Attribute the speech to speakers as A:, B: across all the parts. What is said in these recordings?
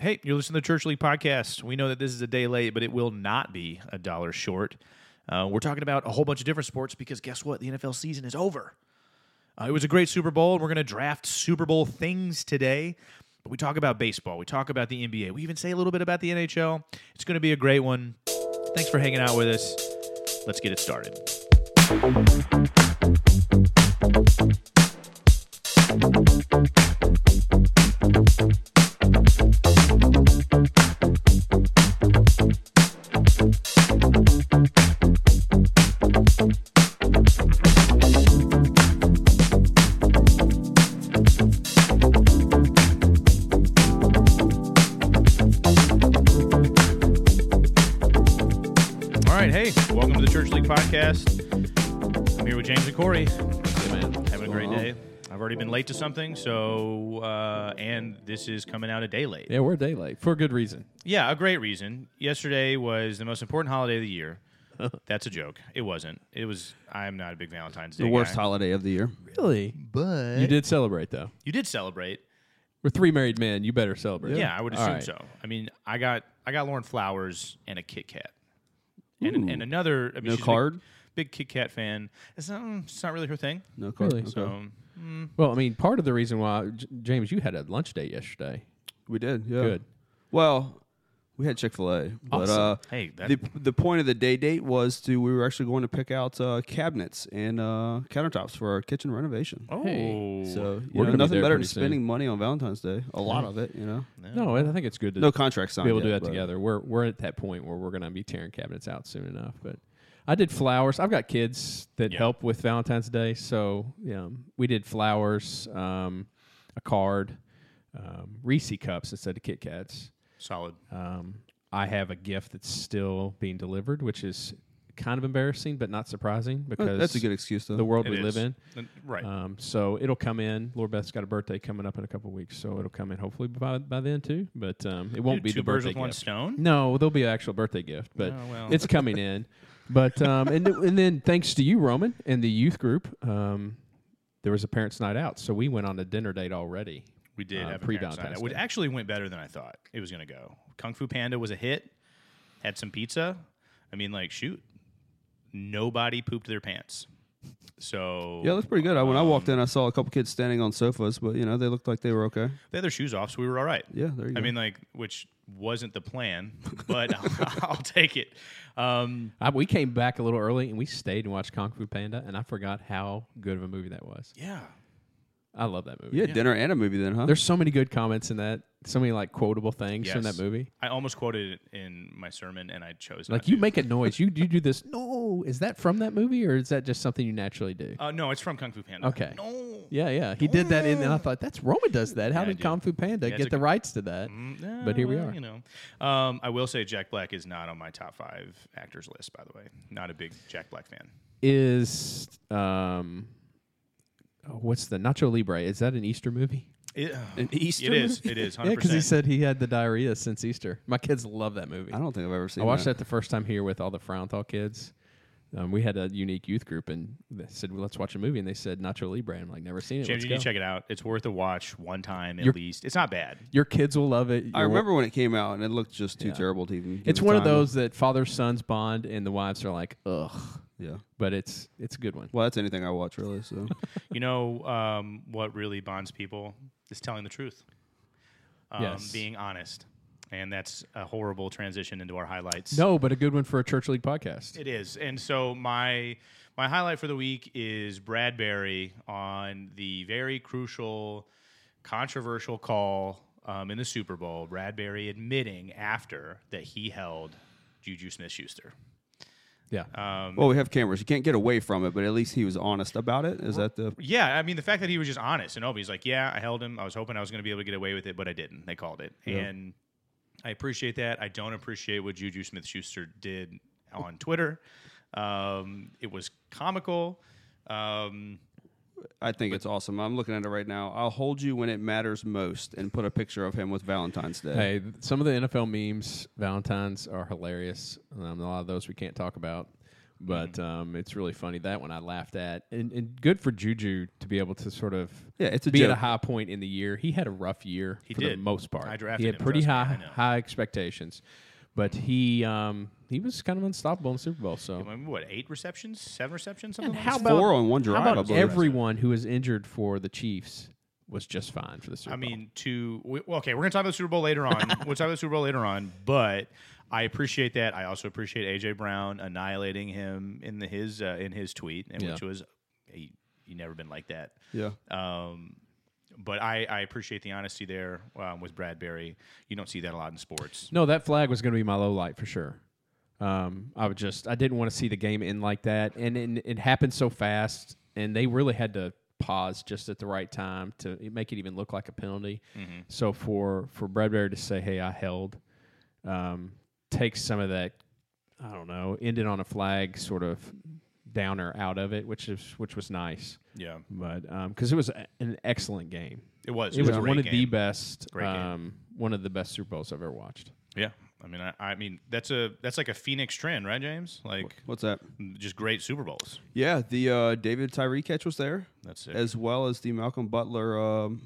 A: Hey, you're listening to the Church League podcast. We know that this is a day late, but it will not be a dollar short. Uh, we're talking about a whole bunch of different sports because guess what? The NFL season is over. Uh, it was a great Super Bowl, and we're going to draft Super Bowl things today. But we talk about baseball, we talk about the NBA, we even say a little bit about the NHL. It's going to be a great one. Thanks for hanging out with us. Let's get it started. All right, hey, welcome to the Church League podcast. I'm here with James and Corey. Having a great day. I've already been late to something, so uh, and this is coming out a day late.
B: Yeah, we're a day late for a good reason.
A: Yeah, a great reason. Yesterday was the most important holiday of the year. That's a joke. It wasn't. It was. I'm not a big Valentine's Day.
C: The worst
A: guy.
C: holiday of the year.
B: Really?
A: But
B: You did celebrate though.
A: you did celebrate.
B: We're three married men. You better celebrate.
A: Yeah, I would
B: All
A: assume
B: right.
A: so. I mean, I got I got Lauren Flowers and a Kit Kat, and and another. I mean,
C: No
A: she's a big-
C: card?
A: Big, Kit Kat fan. It's not. It's not really her thing.
C: No card.
B: Really?
C: Okay.
A: So
B: Well, I mean, part of the reason why, J- James, you had a lunch date yesterday.
C: we did. Yeah.
B: Good.
C: Well, we had Chick Fil A, but
B: Awesome.
C: uh,
A: Hey, that-
C: the the point of the day date was to we were actually going to pick out uh, cabinets and uh, countertops for our kitchen renovation.
A: oh,
B: Hey,
C: So you
B: We're
C: know,
B: gonna be
C: nothing
B: there
C: better than
B: pretty soon.
C: spending money on Valentine's Day. A lot of it, you know.
B: No, I think it's good to
C: No contract signed.
B: be able to do
C: yet,
B: that
C: but-
B: together. We're we're at that point where we're gonna be tearing cabinets out soon enough. But I did flowers. I've got kids that
A: Yeah.
B: help with Valentine's Day, so yeah, we did flowers, um, a card, um, Reese cups instead of Kit Kats.
A: solid.
B: Um, I have a gift that's still being delivered, which is kind of embarrassing, but not surprising
C: Well,
B: because
C: That's a good excuse though.
B: the world
A: It
B: we
A: is.
B: live in.
A: And- Right.
B: Um, so it'll come in. Lord Beth's got a birthday coming up in a couple weeks, so it'll come in hopefully by, by then too. But um, it won't
A: Dude,
B: be
A: two
B: the
A: birds
B: birthday
A: with one
B: gift.
A: stone.
B: No, there'll be an actual birthday gift, but
A: Oh, well.
B: it's coming in. But um, and and then thanks to you, Roman, and the youth group, um, there was a parents' night out, so we went on a dinner date already.
A: We did
B: uh,
A: have a
B: pre
A: parents' night out,
B: Valentine's
A: which
B: Day.
A: actually went better than I thought it was going to go. Kung Fu Panda was a hit. Had some pizza. I mean, like, shoot, nobody pooped their pants. So
C: yeah, that's pretty good. I, when I walked in, I saw a couple kids standing on sofas, but you know they looked like they were okay.
A: they had their shoes off, so we were all right.
C: Yeah, there you
A: I
C: go.
A: mean, like, which wasn't the plan, but I'll, take it. Um,
B: I, we came back a little early and we stayed and watched Kung Fu Panda, and I forgot how good of a movie that was.
A: yeah,
B: I love that movie.
C: You had dinner and a movie then, huh?
B: There's so many good comments in that, so many like quotable things from
A: Yes.
B: that movie.
A: I almost quoted it in my sermon, and I chose not
B: Like you
A: to.
B: make a noise, you you do this. No, is that from that movie or is that just something you naturally do?
A: Uh, no, it's from Kung Fu Panda.
B: Okay.
A: No.
B: Yeah, yeah. He did that, in, and I thought that's Roma does that. How
A: Yeah, I
B: did
A: do.
B: Kung Fu Panda
A: Yeah, it's
B: get
A: a
B: the
A: good-
B: rights to that?
A: Mm,
B: But
A: eh,
B: here we
A: well,
B: are.
A: You know, um, I will say Jack Black is not on my top five actors list. By the way, not a big Jack Black fan.
B: Is um, oh, what's the Nacho Libre? Is that an Easter movie?
A: It,
C: An Easter
A: It is. It is. 100%.
B: uh, Yeah, because he said he had the diarrhea since Easter. My kids love that movie.
C: I don't think I've ever seen.
B: I watched that. the first time here with all the Frauenthal kids. Um, we had a unique youth group, and they said, well, "Let's watch a movie." And they said, "Nacho Libre." I'm like, "Never seen it."
A: James,
B: Let's
A: you need
B: go.
A: to check it out. It's worth a watch one time at
B: You're-
A: least. It's not bad.
B: Your kids will love it.
C: I
B: Your-
C: remember when it came out, and it looked just too terrible to even. give
B: It's
C: it
B: one of
C: time.
B: those that father sons bond, and the wives are like, "Ugh,"
C: Yeah.
B: but it's it's a good one.
C: Well, that's anything I watch really. So
A: You know um, what really bonds people is telling the truth, um,
B: Yes.
A: being honest, and that's a horrible transition into our highlights.
B: No, but a good one for a church league podcast.
A: It is. And so my my highlight for the week is Bradbury on the very crucial, controversial call um, in the Super Bowl. Bradbury admitting after that he held Juju Smith Schuster.
B: Yeah,
C: well, we have cameras. You can't get away from it, but at least he was honest about it. Is that the?
A: Yeah, I mean the fact that he was just honest and open. He's like, yeah, I held him. I was hoping I was going to be able to get away with it, but I didn't. They called it, and I appreciate that. I don't appreciate what Juju Smith Schuster did on Twitter. Um, it was comical. Um,
C: I think it's awesome. I'm looking at it right now. I'll hold you when it matters most, and put a picture of him with Valentine's Day.
B: Hey, th- some of the NFL memes, Valentine's, are hilarious. Um, a lot of those we can't talk about.
A: Mm-hmm.
B: But um, it's really funny that one I laughed at, and, and good for Juju to be able to sort of
C: Yeah, it's a
B: be at a
C: joke.
B: high point in the year. He had a rough year
A: He
B: for the
A: did.
B: most part.
A: I drafted
B: he had
A: him,
B: pretty
A: trust me,
B: high
A: I know. Mm-hmm.
B: high expectations, but he um, he was kind of unstoppable in the Super Bowl. So
A: I mean, what eight receptions, seven receptions, something.
B: And
A: like
B: how
A: that?
B: about-
C: four on one drive.
B: How
C: I
B: about
C: believe.
B: everyone who was injured for the Chiefs was just fine for the Super
A: I
B: Bowl?
A: mean, to we, well, okay, we're gonna talk about the Super Bowl later on. we'll talk about the Super Bowl later on, but I appreciate that. I also appreciate AJ Brown annihilating him in the, his uh, in his tweet, and
B: Yeah.
A: which was he he never been like that.
C: Yeah.
A: Um, but I, I appreciate the honesty there um, with Bradbury. You don't see that a lot in sports.
B: no, that flag was going to be my low light for sure. Um, I would just I didn't want to see the game end like that, and, and it happened so fast, and they really had to pause just at the right time to make it even look like a penalty.
A: Mm-hmm.
B: So for for Bradbury to say, "Hey, I held," um, takes some of that I don't know, ended on a flag sort of downer out of it, which is which was nice.
A: Yeah,
B: but because it was a- an excellent game,
A: it was.
B: it was
A: a great
B: one of the
A: game.
B: best,
A: Great game.
B: um, one of the best Super Bowls I've ever watched.
A: Yeah, I mean, I, I mean that's a that's like a phoenix trend, right, James? Like
C: What's that?
A: just great Super Bowls.
C: Yeah, the uh, David Tyree catch was there,
A: That's it.
C: as well as the Malcolm Butler um,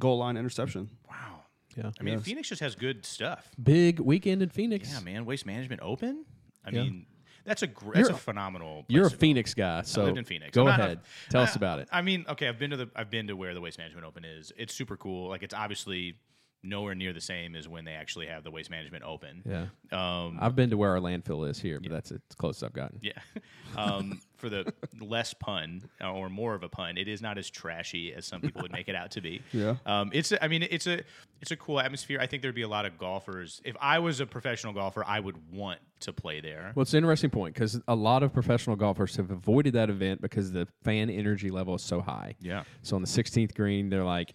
C: goal line interception.
A: wow.
B: Yeah,
A: I mean, Phoenix just has good stuff.
B: big weekend in Phoenix.
A: Yeah, man. Waste management open. I
B: Yeah.
A: mean, that's a gr- that's
B: You're-
A: a phenomenal. place
B: You're a
A: to go.
B: Phoenix guy, so
A: I lived in Phoenix.
B: go
A: I'm not-
B: ahead, tell us
A: I-
B: about it.
A: I mean, okay, I've been to the I've been to where the Waste Management Open is. It's super cool. Like it's obviously nowhere near the same as when they actually have the Waste Management Open.
B: yeah,
A: Um,
B: I've been to where our landfill is here, but that's it. as close as I've gotten.
A: yeah. Um, for the less pun uh, or more of a pun, it is not as trashy as some people would make it out to be.
C: Yeah.
A: Um, it's a, I mean it's a it's a cool atmosphere. I think there'd be a lot of golfers. If I was a professional golfer, I would want to play there.
B: Well, it's an interesting point because a lot of professional golfers have avoided that event because the fan energy level is so high.
A: Yeah.
B: So on the 16th green, they're like,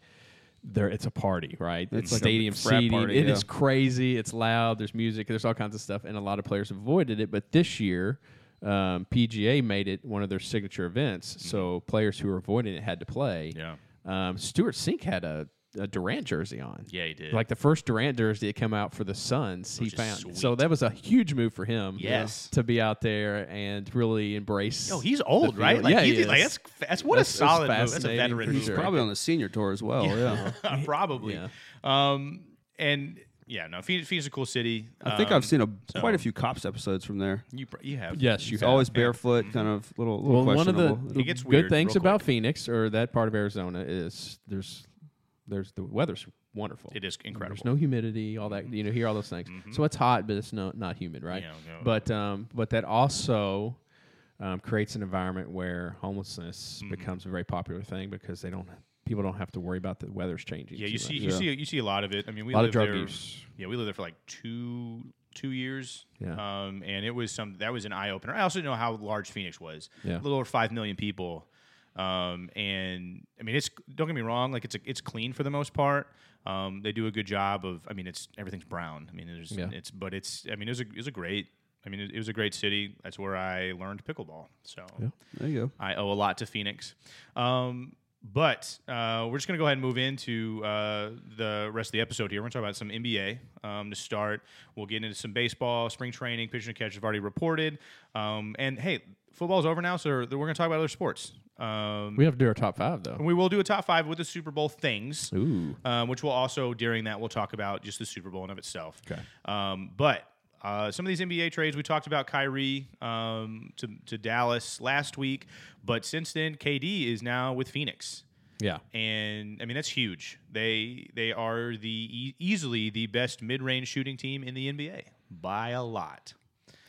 B: there it's a party, right? It's,
C: like a
B: stadium
C: frat
B: seating. It
C: party,
B: is
C: yeah.
B: crazy. It's loud. There's music. There's all kinds of stuff, and a lot of players avoided it. But this year, um, PGA made it one of their signature events, so players who were avoiding it had to play.
A: Mm-hmm. Yeah.
B: Um, Stuart Sink had a, a Durant jersey on.
A: Yeah, he did.
B: Like the first Durant jersey that came out for the Suns, he
A: Which is
B: found.
A: sweet.
B: So that was a huge move for him.
A: Yes.
B: To be out there and really embrace.
A: No, Oh, he's old, right? Like,
B: Yeah,
A: he,
B: he
A: like
B: is.
A: that's that's what
B: That's-
A: a
B: that's
A: solid move. That's a
B: fascinating
A: veteran
B: for
A: move,
B: sure. Oh,
A: right
C: Probably on the senior tour as well. Yeah.
A: probably.
B: Yeah.
A: Um, and yeah, no, Phoenix, Phoenix is a cool city.
C: I think
A: Um,
C: I've seen a, quite a
A: so-
C: few cops episodes from there.
A: You pr- you have
B: Yes, you
C: It's
B: have.
C: always barefoot, kind of little, little
B: Well, one of the,
C: questionable.
B: the
A: It gets
B: good
A: weird
B: things
A: real
B: about Phoenix or that part of Arizona is there's there's the weather's wonderful.
A: It is incredible. Mm-hmm.
B: There's no humidity, all that you know, hear all those things. So it's hot, but it's not not humid, right?
A: Yeah, no.
B: But um, but that also um, creates an environment where homelessness
A: Mm-hmm.
B: becomes a very popular thing because they don't people don't have to worry about the weather's changing.
A: yeah,
B: too
A: you
B: much.
A: see you see you see a lot of it. I mean, we
B: a lot of
A: lived
B: drug
A: there.
B: use.
A: Yeah, we lived there for like two two years.
B: Yeah.
A: Um, and it was some that was an eye opener. I also know how large Phoenix was.
B: Yeah.
A: A little over five million people. Um, and I mean, it's don't get me wrong, like it's a, it's clean for the most part. Um, they do a good job of. I mean, it's everything's brown. I mean, there's
B: Yeah.
A: it's but it's. I mean, it was a it was a great. I mean, it, it was a great city. That's where I learned pickleball. So
C: There you go.
A: I owe a lot to Phoenix. Um, but uh, we're just going to go ahead and move into uh, the rest of the episode here. We're going to talk about some NBA um, to start. We'll get into some baseball, spring training, pitch and catch. I've already reported. Um, and hey, football's over now, so we're going to talk about other sports. Um,
B: we have to do our top five though.
A: and we will do a top five with the Super Bowl things,
B: Ooh.
A: um, which we'll also, during that, we'll talk about just the Super Bowl in of itself. Um, but uh, some of these NBA trades, we talked about Kyrie um, to, to Dallas last week, but since then, KD is now with Phoenix.
B: Yeah.
A: And I mean that's huge. They they are the e- easily the best mid range shooting team in the NBA by a lot.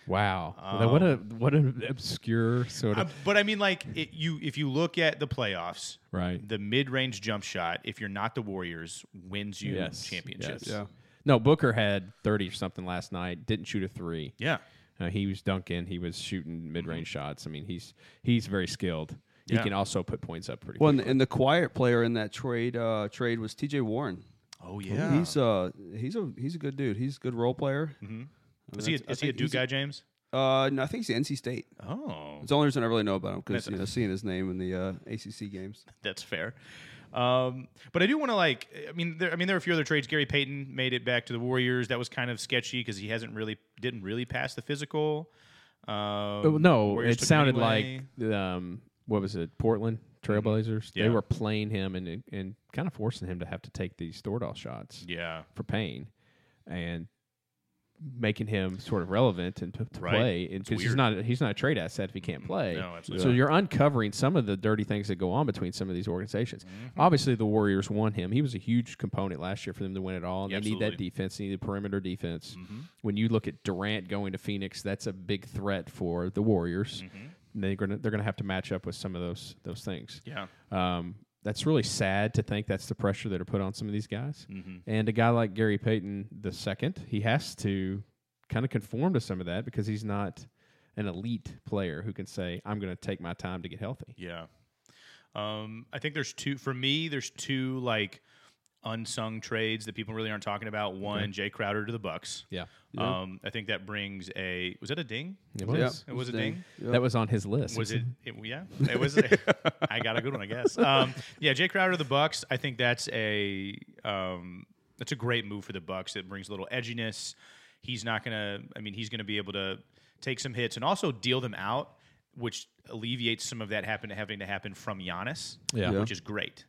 B: Wow. Well, what
A: Um,
B: a what an obscure sort
A: Uh,
B: of
A: but I mean, like it, you if you look at the playoffs,
B: right.
A: the mid range jump shot, if you're not the Warriors, wins you
B: Yes,
A: championships.
B: yes. No, Booker had 30 or something last night. Didn't shoot a three.
A: Yeah. Mm-hmm.
B: Uh, he was dunking. He was shooting mid-range shots. I mean, he's he's very skilled.
A: Yeah.
B: He can also put points up pretty.
C: Well,
B: Well,
C: and, and the quiet player in that trade uh, trade was T.J. Warren.
A: Oh yeah. Mm-hmm.
C: He's uh he's a he's a good dude. He's a good role player.
A: is he a,
C: I
A: is he a
C: think
A: Duke
C: he's a-
A: guy, James?
C: Uh, no, I think he's NC State.
A: Oh,
C: It's the only reason I really know about him because
A: That's-
C: you know seeing his name in the uh, ACC games.
A: that's fair. Um, but I do want to like. I mean, there, I mean, there are a few other trades. Gary Payton made it back to the Warriors. That was kind of sketchy because he hasn't really didn't really pass the physical. Um,
B: Oh, no,
A: Warriors
B: it
A: took
B: sounded
A: Greenway.
B: like um, what was it? Portland Trailblazers.
A: Mm-hmm. Yeah.
B: They were playing him and and kind of forcing him to have to take these Thordahl shots
A: yeah,
B: for pain, and making him sort of relevant and to, to
A: Right.
B: play. And
A: It's
B: because he's
A: weird.
B: not he's not a trade asset if he can't play.
A: no,
B: So
A: absolutely.
B: you're uncovering some of the dirty things that go on between some of these organizations.
A: Mm-hmm.
B: Obviously, the Warriors won him. He was a huge component last year for them to win it all. And
A: Yeah,
B: they need that
A: absolutely.
B: defense. They need the perimeter defense.
A: Mhm.
B: When you look at Durant going to Phoenix, that's a big threat for the Warriors.
A: Mhm.
B: And They're going to they're going to have to match up with some of those those things.
A: Yeah,
B: Um, that's really sad to think that's the pressure that are put on some of these guys.
A: hmm
B: And a guy like Gary Payton the second, he has to kind of conform to some of that because he's not an elite player who can say, "I'm going to take my time to get healthy."
A: yeah. Um, I think there's two for me. There's two like unsung trades that people really aren't talking about. One, Jay Crowder to the Bucks.
B: Yeah,
C: Yeah.
A: Um, I think that brings a was that a ding?
B: it
C: Yeah.
B: was.
A: It was a ding.
C: Yeah.
B: That was on his list.
A: Was it, it? Yeah, it was. I got a good one, I guess. Um, yeah, Jay Crowder, of the Bucks. I think that's a um, that's a great move for the Bucks. It brings a little edginess. He's not gonna. I mean, he's gonna be able to take some hits and also deal them out, which alleviates some of that happen having to happen from Giannis,
B: Yeah.
C: Yeah.
A: which is great.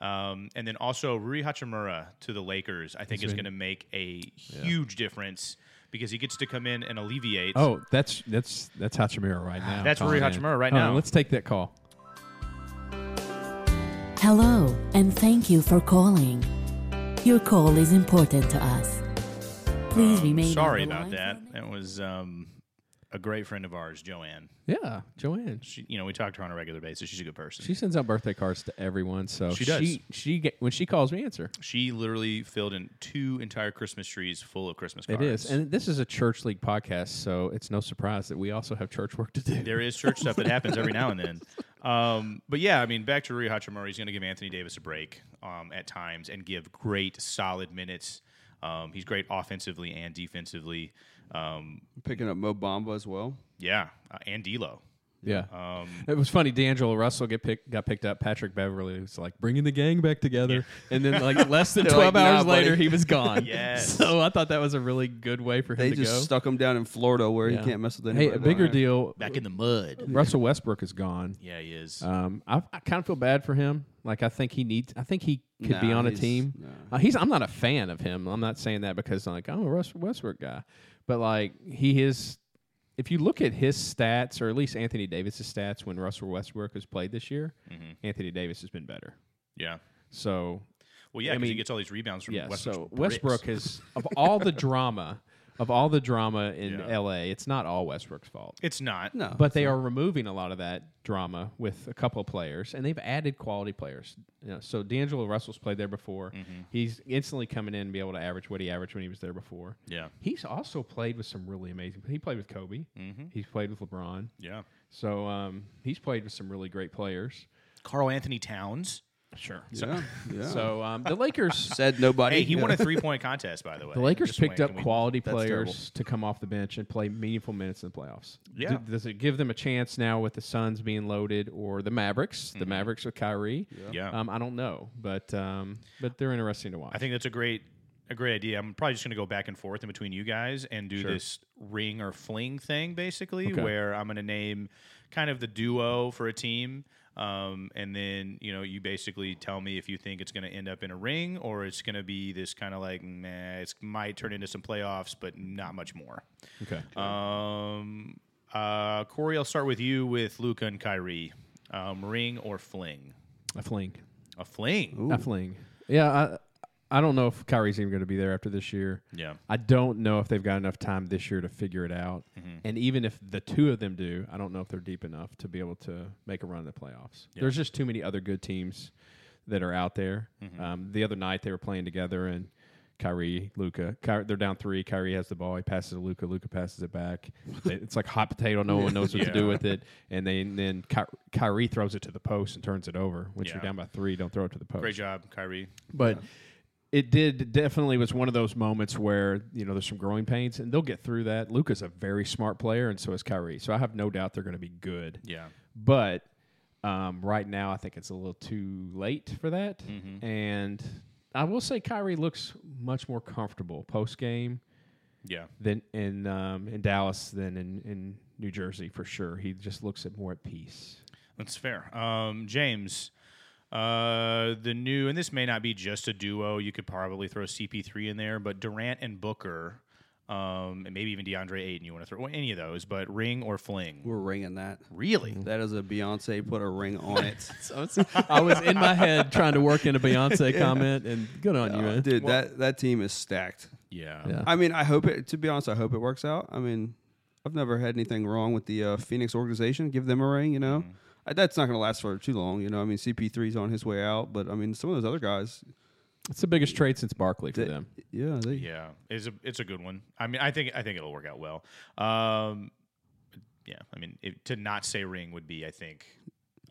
A: Um, and then also Rui Hachimura to the Lakers, I think is going to make a huge difference because he gets to come in and alleviate.
B: Oh, that's that's that's Hachimura right now.
A: That's Rui
B: calling in.
A: Hachimura right
B: Hold
A: now.
B: On, let's take that call.
D: Hello, and thank you for calling. Your call is important to us. Please remain. on
A: Oh, Sorry
D: the
A: about
D: line for
A: that.
D: a minute.
A: That was um, a great friend of ours, Joanne.
B: Yeah, Joanne.
A: She, you know, we talk to her on a regular basis. She's a good person.
B: She sends out birthday cards to everyone, so
A: She does.
B: She, she get, when she calls me, answer.
A: she literally filled in two entire Christmas trees full of Christmas
B: It
A: cards.
B: is, and this is a church league podcast, so it's no surprise that we also have church work to do.
A: there is church stuff that happens every now and then. Um, but yeah, I mean, back to Rui Hachimura. He's going to give Anthony Davis a break um, at times and give great, solid minutes. Um, he's great offensively and defensively. Um,
C: Picking up Mo Bamba as well.
A: yeah, uh, and D'Lo.
B: Yeah.
A: Um,
B: It was funny. D'Angelo Russell get pick, got picked up. Patrick Beverly was like bringing the gang back together, and then like less than
C: They're
B: twelve
C: like,
B: hours
C: "Nah,
B: later,
C: buddy."
B: he was gone.
A: Yes.
B: So I thought that was a really good way for him
C: They
B: to
C: just
B: go.
C: stuck him down in Florida where
B: Yeah.
C: he can't mess with anybody.
B: hey, a
C: down
B: bigger
C: there.
B: deal.
A: back in the mud.
B: Russell Westbrook is gone.
A: Yeah, he is.
B: Um, I, I kind of feel bad for him. Like I think he needs. I think he could be
C: Nah,
B: on a
C: he's-
B: team.
C: nah.
B: Uh, he's. I'm not a fan of him. I'm not saying that because I'm like I'm a Russell Westbrook guy, but like he is. If you look at his stats, or at least Anthony Davis's stats when Russell Westbrook has played this year,
C: Mm-hmm.
B: Anthony Davis has been better.
A: yeah.
B: So
A: Well, yeah,
B: I
A: because he
B: mean-
A: gets all these rebounds from
B: yeah,
A: Westbrook.
B: so Westbrook is of all the drama, of all the drama in
A: Yeah.
B: L.A., it's not all Westbrook's fault.
A: It's Oh, not.
C: No,
B: But they are removing a lot of that drama with a couple of players, and they've added quality players. You know, so D'Angelo Russell's played there before.
A: Mm-hmm.
B: He's instantly coming in and be able to average what he averaged when he was there before.
A: Yeah.
B: He's also played with some really amazing. He played with Kobe.
A: Mm-hmm.
B: He's played with LeBron.
A: Yeah.
B: So um, he's played with some really great players.
A: Carl Anthony Towns.
B: Sure.
C: yeah, yeah.
B: So um, the Lakers
C: said nobody.
A: Hey, he
C: Yeah.
A: won a three point contest, by the way.
B: The Lakers
A: Just
B: picked
A: wait,
B: up
A: can we-
B: quality
C: That's terrible.
B: players to come off the bench and play meaningful minutes in the playoffs.
A: Yeah.
B: Do- does it give them a chance now with the Suns being loaded or the Mavericks? The Mavericks with Kyrie.
A: Mm-hmm. Yeah.
B: Um, I don't know, but um, but they're interesting to watch.
A: I think that's a great a great idea. I'm probably just going to go back and forth in between you guys and do this ring or fling thing, basically,
B: Okay.
A: where I'm going to name kind of the duo for a team. Um, and then you know you basically tell me if you think it's going to end up in a ring or it's going to be this kind of like nah, it might turn into some playoffs, but not much more.
B: okay.
A: uh, Um, uh, Corey, I'll start with you with Luca and Kyrie. Um, ring or fling?
B: a fling.
A: A fling.
B: A fling. Yeah. I I don't know if Kyrie's even going to be there after this year.
A: Yeah.
B: I don't know if they've got enough time this year to figure it out.
A: Mm-hmm.
B: And even if the two of them do, I don't know if they're deep enough to be able to make a run in the playoffs. There's just too many other good teams that are out there.
A: Mm-hmm.
B: Um, the other night they were playing together and Kyrie, Luca, Ky- they're down three. Kyrie has the ball. He passes to Luca. Luca passes it back. They- it's like hot potato. No one knows what to do with it. And then then Ky- Kyrie throws it to the post and turns it over. When
A: Yeah.
B: you're down by three, don't throw it to the post
A: Great job, Kyrie.
B: but it did definitely was one of those moments where you know there's some growing pains and they'll get through that. Luca's a very smart player and so is Kyrie, so I have no doubt they're going to be good.
A: Yeah.
B: But um, right now, I think it's a little too late for that. And I will say Kyrie looks much more comfortable post game
A: Yeah.
B: than in um, in Dallas than in in New Jersey for sure. He just looks at more at peace.
A: That's fair. Um, James, uh, the new, and this may not be just a duo. You could probably throw CP3 in there, but Durant and Booker, um, and maybe even DeAndre Ayton. You want to throw well, any of those, but ring or fling?
C: We're Mm. ringing that.
A: Really?
C: That is a Beyonce put a ring on it.
B: I was in my head trying to work in a Beyonce comment, and good on you,
C: Uh,
B: man.
C: dude, that that team is stacked.
A: Yeah.
B: Yeah.
C: I mean, I hope it. To be honest, I hope it works out. I mean, I've never had anything wrong with the uh, Phoenix organization. Give them a ring, you
A: Mm-hmm.
C: know. Uh, That's not going to last for too long, you know. I mean, CP3's on his way out, but I mean, some of those other guys,
B: It's the biggest trade since Barkley for
C: they-
B: them.
C: yeah, they,
A: Yeah, it's a it's a good one. I mean, I think I think it'll work out well. Um, yeah, I mean, it, to not say ring would be, I think,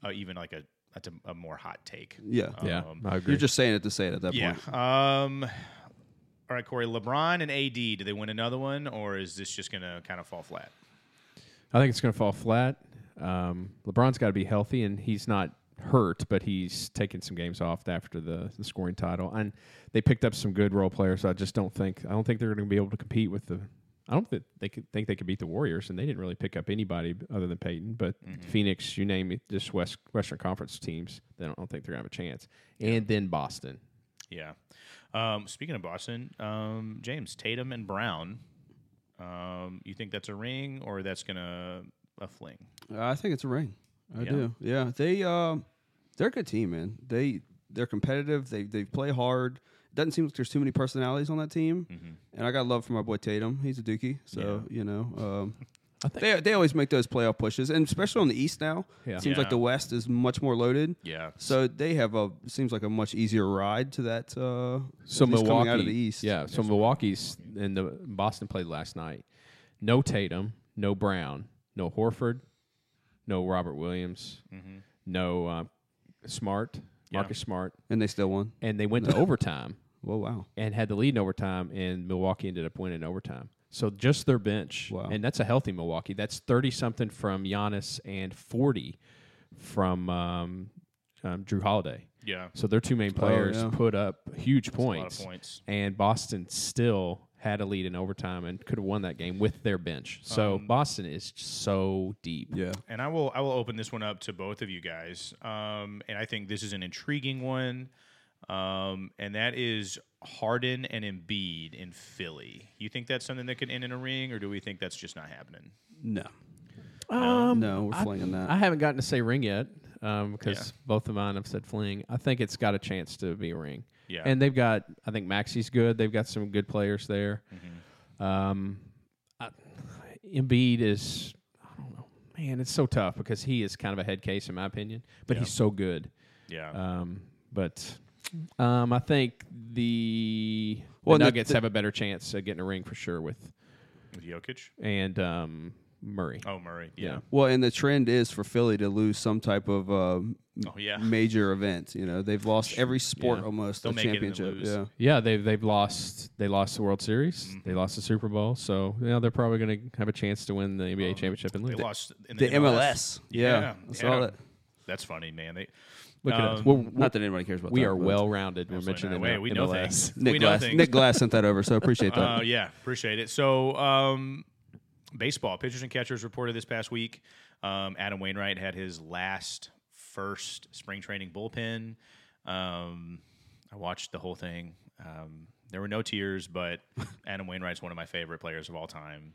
A: uh, even like a that's a, a more hot take.
C: yeah.
B: Yeah,
A: Um,
B: I agree.
C: You're just saying it to say it at that
A: Yeah.
C: point.
A: Um, all right, Corey. LeBron and AD. Do they win another one, or is this just gonna kind of fall flat?
B: I think it's going to fall flat. Um, LeBron's got to be healthy, and he's not hurt, but he's taken some games off after the, the scoring title. And they picked up some good role players. So I just don't think I don't think they're going to be able to compete with the. I don't think they could think they could beat the Warriors, and they didn't really pick up anybody other than Peyton. But Phoenix, you name it, just West Western Conference teams, they don't, I don't think they're going to have a chance. And then Boston.
A: Yeah. Um, speaking of Boston, um, James Tatum and Brown. Um, you think that's a ring, or that's gonna a fling?
C: I think it's a ring. I
A: Yeah.
C: do. Yeah, they um, they're a good team, man. They they're competitive. They they play hard. Doesn't seem like there's too many personalities on that team.
B: Mm-hmm.
C: And I got love for my boy Tatum. He's a Dookie, so you know. Um,
B: I think-
C: they they always make those playoff pushes, and especially on the East now.
B: Yeah.
C: Seems
A: Yeah.
C: like the West is much more loaded.
A: Yeah.
C: So they have a seems like a much easier ride to that. Uh,
B: So
C: at least
B: Milwaukee,
C: coming out of the East.
B: yeah. So Milwaukee's and the Boston played last night. No Tatum, no Brown, no Horford, no Robert Williams,
C: Mm-hmm.
B: no uh, Smart, Marcus Smart,
C: and they still won.
B: and they went to overtime
C: Well, wow.
B: and had the lead in overtime, and Milwaukee ended up winning overtime. So just their bench,
C: Wow.
B: and that's a healthy Milwaukee. That's thirty something from Giannis and forty from um, um, Drew Holiday.
A: Yeah.
B: So their two main players
C: Oh, yeah.
B: put up huge
A: A lot
B: points
A: of points.
B: and Boston still had a lead in overtime and could have won that game with their bench. So
A: Um,
B: Boston is so deep.
C: Yeah.
A: and I will I will open this one up to both of you guys. Um, and I think this is an intriguing one. Um, and that is Harden and Embiid in Philly. You think that's something that could end in a ring, or do we think that's just not happening?
C: No.
B: Um,
C: No, we're flinging that.
B: I haven't gotten to say ring yet um, because
A: Yeah.
B: both of mine have said fling. I think it's got a chance to be a ring.
A: Yeah.
B: And they've got, I think Maxi's good. They've got some good players there.
A: Mm-hmm.
B: Um, I, Embiid is, I don't know, man, it's so tough because he is kind of a head case in my opinion, but he's so good.
A: Yeah,
C: Uh,
B: Um, but um, I think the, the
C: Well, the-
B: Nuggets
C: the-
B: have a better chance of getting a ring for sure with
A: with Jokic.
B: and um, Murray.
A: Oh, Murray. Yeah.
C: Well, and the trend is for Philly to lose some type of um,
A: Oh, yeah.
C: major event. You know, they've lost every sport
B: Yeah.
C: almost
A: They'll
C: the
A: make it and then
C: championship.
A: lose.
C: Yeah,
B: Yeah, they've they've lost they lost the World Series,
A: Mm-hmm.
B: they lost the Super Bowl, so you know, they're probably going to have a chance to win the NBA championship and
A: Um, They
B: lose. it.
A: lost in
C: the MLS. Yeah,
A: Yeah,
C: I saw
A: yeah.
C: that.
A: That's funny, man. They
B: Look at us,
A: Um,
B: we're, we're-
C: Not that anybody cares about.
B: we
C: that,
B: are
C: but
B: well rounded. We're mentioning
A: no way.
B: the
A: We know
B: MLS.
A: things.
C: Nick
A: we know
C: Glass.
A: things.
C: Nick Glass sent that over, so I appreciate that.
A: Uh, yeah, appreciate it. So, um, baseball pitchers and catchers reported this past week. Um, Adam Wainwright had his last first spring training bullpen. Um, I watched the whole thing. Um, there were no tears, but Adam Wainwright's one of my favorite players of all time.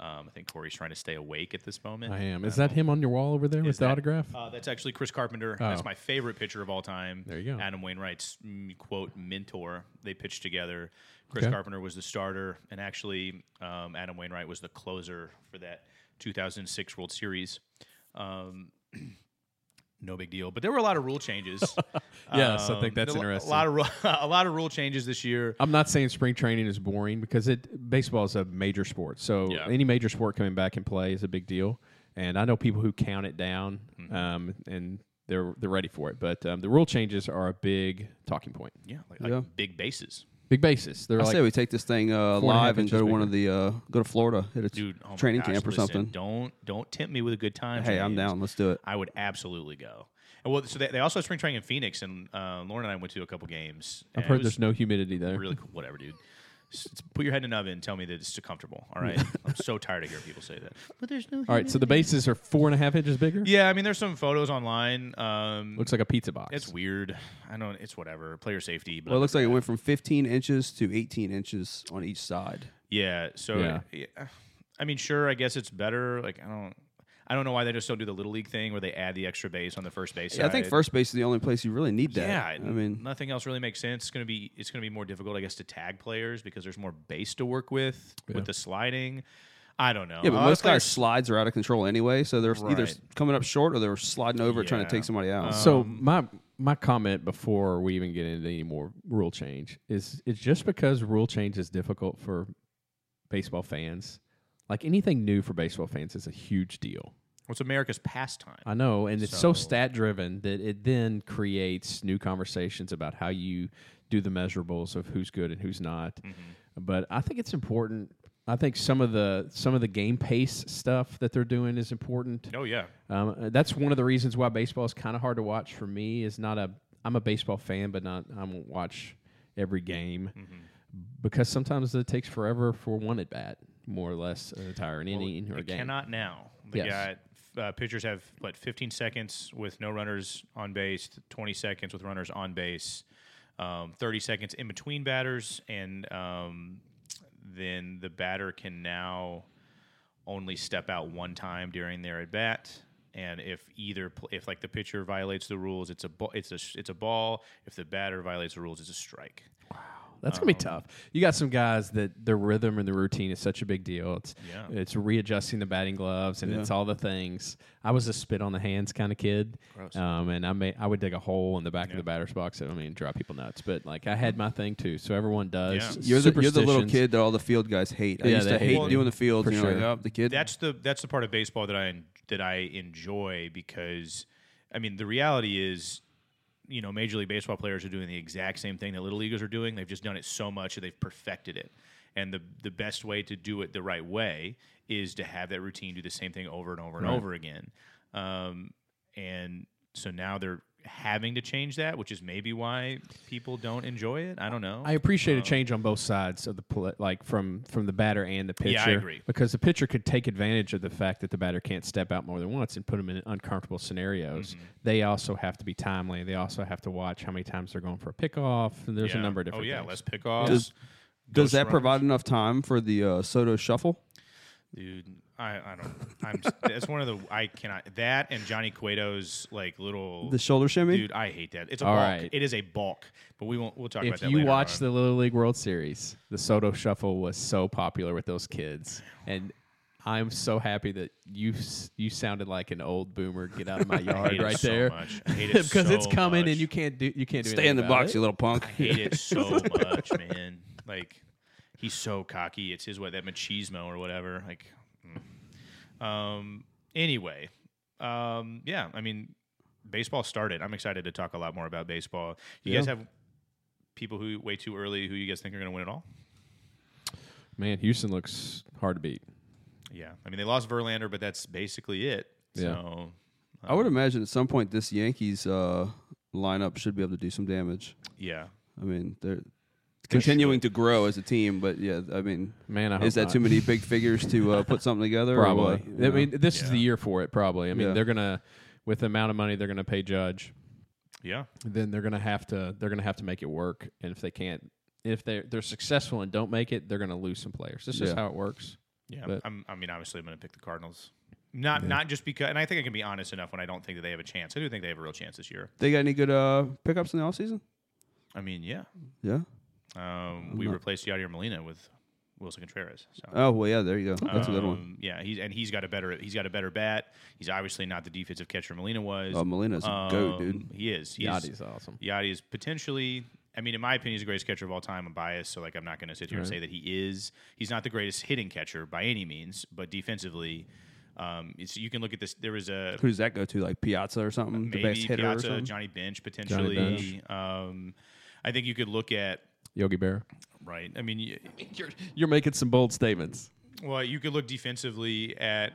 A: Um, I think Corey's trying to stay awake at this moment.
B: I am. Is that him on your wall over there with the
A: that-
B: autograph? Oh.
A: Uh, that's actually Chris Carpenter. That's my favorite pitcher of all time.
B: There you go.
A: Adam Wainwright's mm, quote mentor. They pitched together. Chris
B: Okay.
A: Carpenter was the starter, and actually um, Adam Wainwright was the closer for that 2006 World Series. Um, no big deal, but there were a lot of rule changes. Um,
B: Yes, I think that's
A: there were
B: interesting.
A: A lot of ru- a lot of rule changes this year.
B: I'm not saying spring training is boring because it baseball is a major sport. So
A: Yeah.
B: any major sport coming back and play is a big deal. And I know people who count it down,
A: Mm-hmm.
B: um, and they're they're ready for it. But um, the rule changes are a big talking point,
A: Yeah, like, like
C: Yeah.
A: big bases.
B: big basis. They're
C: I
B: like
C: say we take this thing uh,
B: Four and a half
C: live and go to
B: inches
C: one of the uh, go to Florida, hit a
A: Dude, oh my
C: training
A: gosh,
C: camp or
A: listen,
C: something.
A: Don't don't tempt me with a good time.
C: Hey, I'm
A: James.
C: down. Let's do it.
A: I would absolutely go. And well, so they, they also have spring training in Phoenix, and uh, Lauren and I went to a couple games.
B: I've
A: and it
B: heard
A: was
B: there's no humidity there.
A: really cool. Whatever, dude. S- s- Put your head in an oven. Tell me that it's too comfortable. All right. I'm so tired of hearing people say that. But there's no.
B: All right, so the bases are four and a half inches bigger.
A: Yeah, I mean, there's some photos online. Um,
B: looks like a pizza box.
A: it's weird. I don't. It's whatever. Player safety. But
C: Well, it looks like it went from 15 inches to 18 inches on each side.
A: Yeah. So,
B: Yeah.
A: yeah. I mean, sure. I guess it's better. Like, I don't. I don't know why they just don't do the little league thing where they add the extra base on the first base.
C: Yeah, I think
A: side.
C: first base is the only place you really need that.
A: Yeah,
C: I mean,
A: nothing else really makes sense. It's gonna be it's gonna be more difficult, I guess, to tag players because there's more base to work with with the sliding. I don't know.
C: yeah, but
A: Uh,
C: most guys'
A: players-
C: slides are out of control anyway, so they're either
A: Right.
C: coming up short or they're sliding over trying
A: Yeah.
C: to take somebody out.
B: So my my comment before we even get into any more rule change is it's just because rule change is difficult for baseball fans. Like anything new for baseball fans is a huge deal.
A: What's America's pastime?
B: I know, and it's so
A: So-
B: stat driven that it then creates new conversations about how you do the measurables of who's good and who's not.
A: Mm-hmm.
B: But I think it's important. I think some of the some of the game pace stuff that they're doing is important.
A: oh yeah,
B: Um, uh, that's one of the reasons why baseball is kind of hard to watch for me. Is not a I'm a baseball fan, but not I won't watch every game
A: Mm-hmm.
B: because sometimes it takes forever for one at bat, more or less an entire inning or
A: they
B: a game.
A: cannot now. They
B: Yes.
A: got uh, pitchers have what 15 seconds with no runners on base, 20 seconds with runners on base, um, 30 seconds in between batters, and um, then the batter can now only step out one time during their at bat. And if either pl- if like the pitcher violates the rules, it's a ball. It's a sh- it's a ball. If the batter violates the rules, it's a strike.
B: That's
A: um,
B: gonna be tough. You got some guys that their rhythm and the routine is such a big deal. It's
A: Yeah.
B: it's readjusting the batting gloves and it's all the things. I was a spit on the hands kind of kid, um, and I may I would dig a hole in the back of the batter's box. I mean, drive people nuts. But like I had my thing too, so everyone does.
A: Yeah.
C: you're the, you're the little
B: Superstitions.
C: kid that all the field guys hate. I
B: Yeah,
C: used
B: they
C: to
B: hate
C: hate
B: it.
C: doing the field.
B: For
C: you know, like,
B: sure.
C: oh, the kid.
A: That's the that's the part of baseball that I that I enjoy because I mean the reality is you know Major League Baseball players are doing the exact same thing that little leaguers are doing. They've just done it so much that they've perfected it. And the the best way to do it the right way is to have that routine do the same thing over and over and over again. Um, and so now they're having to change that, which is maybe why people don't enjoy it. I don't know.
B: I appreciate
A: Um,
B: a change on both sides of the pl- like from from the batter and the pitcher.
A: Yeah, I agree.
B: Because the pitcher could take advantage of the fact that the batter can't step out more than once and put them in uncomfortable scenarios.
A: Mm-hmm.
B: They also have to be timely. They also have to watch how many times they're going for a pickoff. And there's
A: Yeah.
B: a number of different.
A: Oh yeah,
B: things.
A: less pickoffs.
C: Does- Does
A: ghost
C: that
A: runners.
C: provide enough time for the uh, Soto shuffle?
A: Dude, I, I don't. I'm. just- that's one of the I cannot. That and Johnny Cueto's like little
C: The shoulder shimmy?
A: Dude, I hate that. It's a
B: All
A: bulk.
B: right.
A: It is a bulk. But we won't. We'll talk about
B: If
A: that.
B: you
A: later
B: watch
A: on.
B: the Little League World Series, the Soto Shuffle was so popular with those kids, and I'm so happy that you s- you sounded like an old boomer. Get out of my
A: I
B: yard
A: hate it
B: right
A: so
B: there,
A: much. I hate it
B: because it's
A: so
B: coming
A: much.
B: and you can't do you can't do
C: Stay in
B: anything
C: the
B: about
C: box,
B: it.
C: you little punk.
A: hate it so much, man. Like he's so cocky. It's his what that machismo or whatever. Like, mm. um. Anyway, um. Yeah, I mean, baseball started. I'm excited to talk a lot more about baseball. You guys have people who way too early who you guys think are going to win it all.
B: Man, Houston looks hard to beat.
A: Yeah, I mean they lost Verlander, but that's basically it.
B: Yeah.
A: So
C: I would imagine at some point this Yankees uh, lineup should be able to do some damage.
A: yeah,
C: I mean, they're continuing to grow as a team, but yeah, I mean,
B: Man, I hope
C: is that
B: not.
C: too many big figures to uh, put something together? or
B: Probably.
C: what? You
B: I
C: know?
B: mean, this is the year for it. Probably. I mean,
C: Yeah.
B: they're gonna with the amount of money they're gonna pay Judge,
A: yeah,
B: then they're gonna have to they're gonna have to make it work. And if they can't, if they they're successful and don't make it, they're gonna lose some players. This is
C: Yeah.
B: how it works.
A: yeah.
B: But-
A: I'm, I mean, obviously, I'm going to pick the Cardinals. Not not just because, and I think I can be honest enough when I don't think that they have a chance. I do think they have a real chance this year.
C: they got any good uh, pickups in the offseason?
A: I mean, yeah,
C: Yeah.
A: um, we replaced Yadier Molina with Wilson Contreras. So.
C: Oh well, yeah. There you go. That's a good one.
A: Um, Yeah, he's and he's got a better he's got a better bat. He's obviously not the defensive catcher Molina was.
C: Oh, Molina's a goat, dude.
A: Um, He is. He is-
B: Yachty's awesome.
A: Yachty is potentially. I mean, in my opinion, he's the greatest catcher of all time. I'm biased, so like I'm not going to sit here and say that he is. He's not the greatest hitting catcher by any means, but defensively, um, it's, you can look at this. There was a
C: Who does that go to? Like Piazza or something? the
A: maybe
C: best hitter or
A: Piazza,
C: something?
A: Johnny Bench potentially. Um, I think you could look at
B: Yogi Berra.
A: right. I mean, y-
B: You're you're making some bold statements.
A: Well, you could look defensively at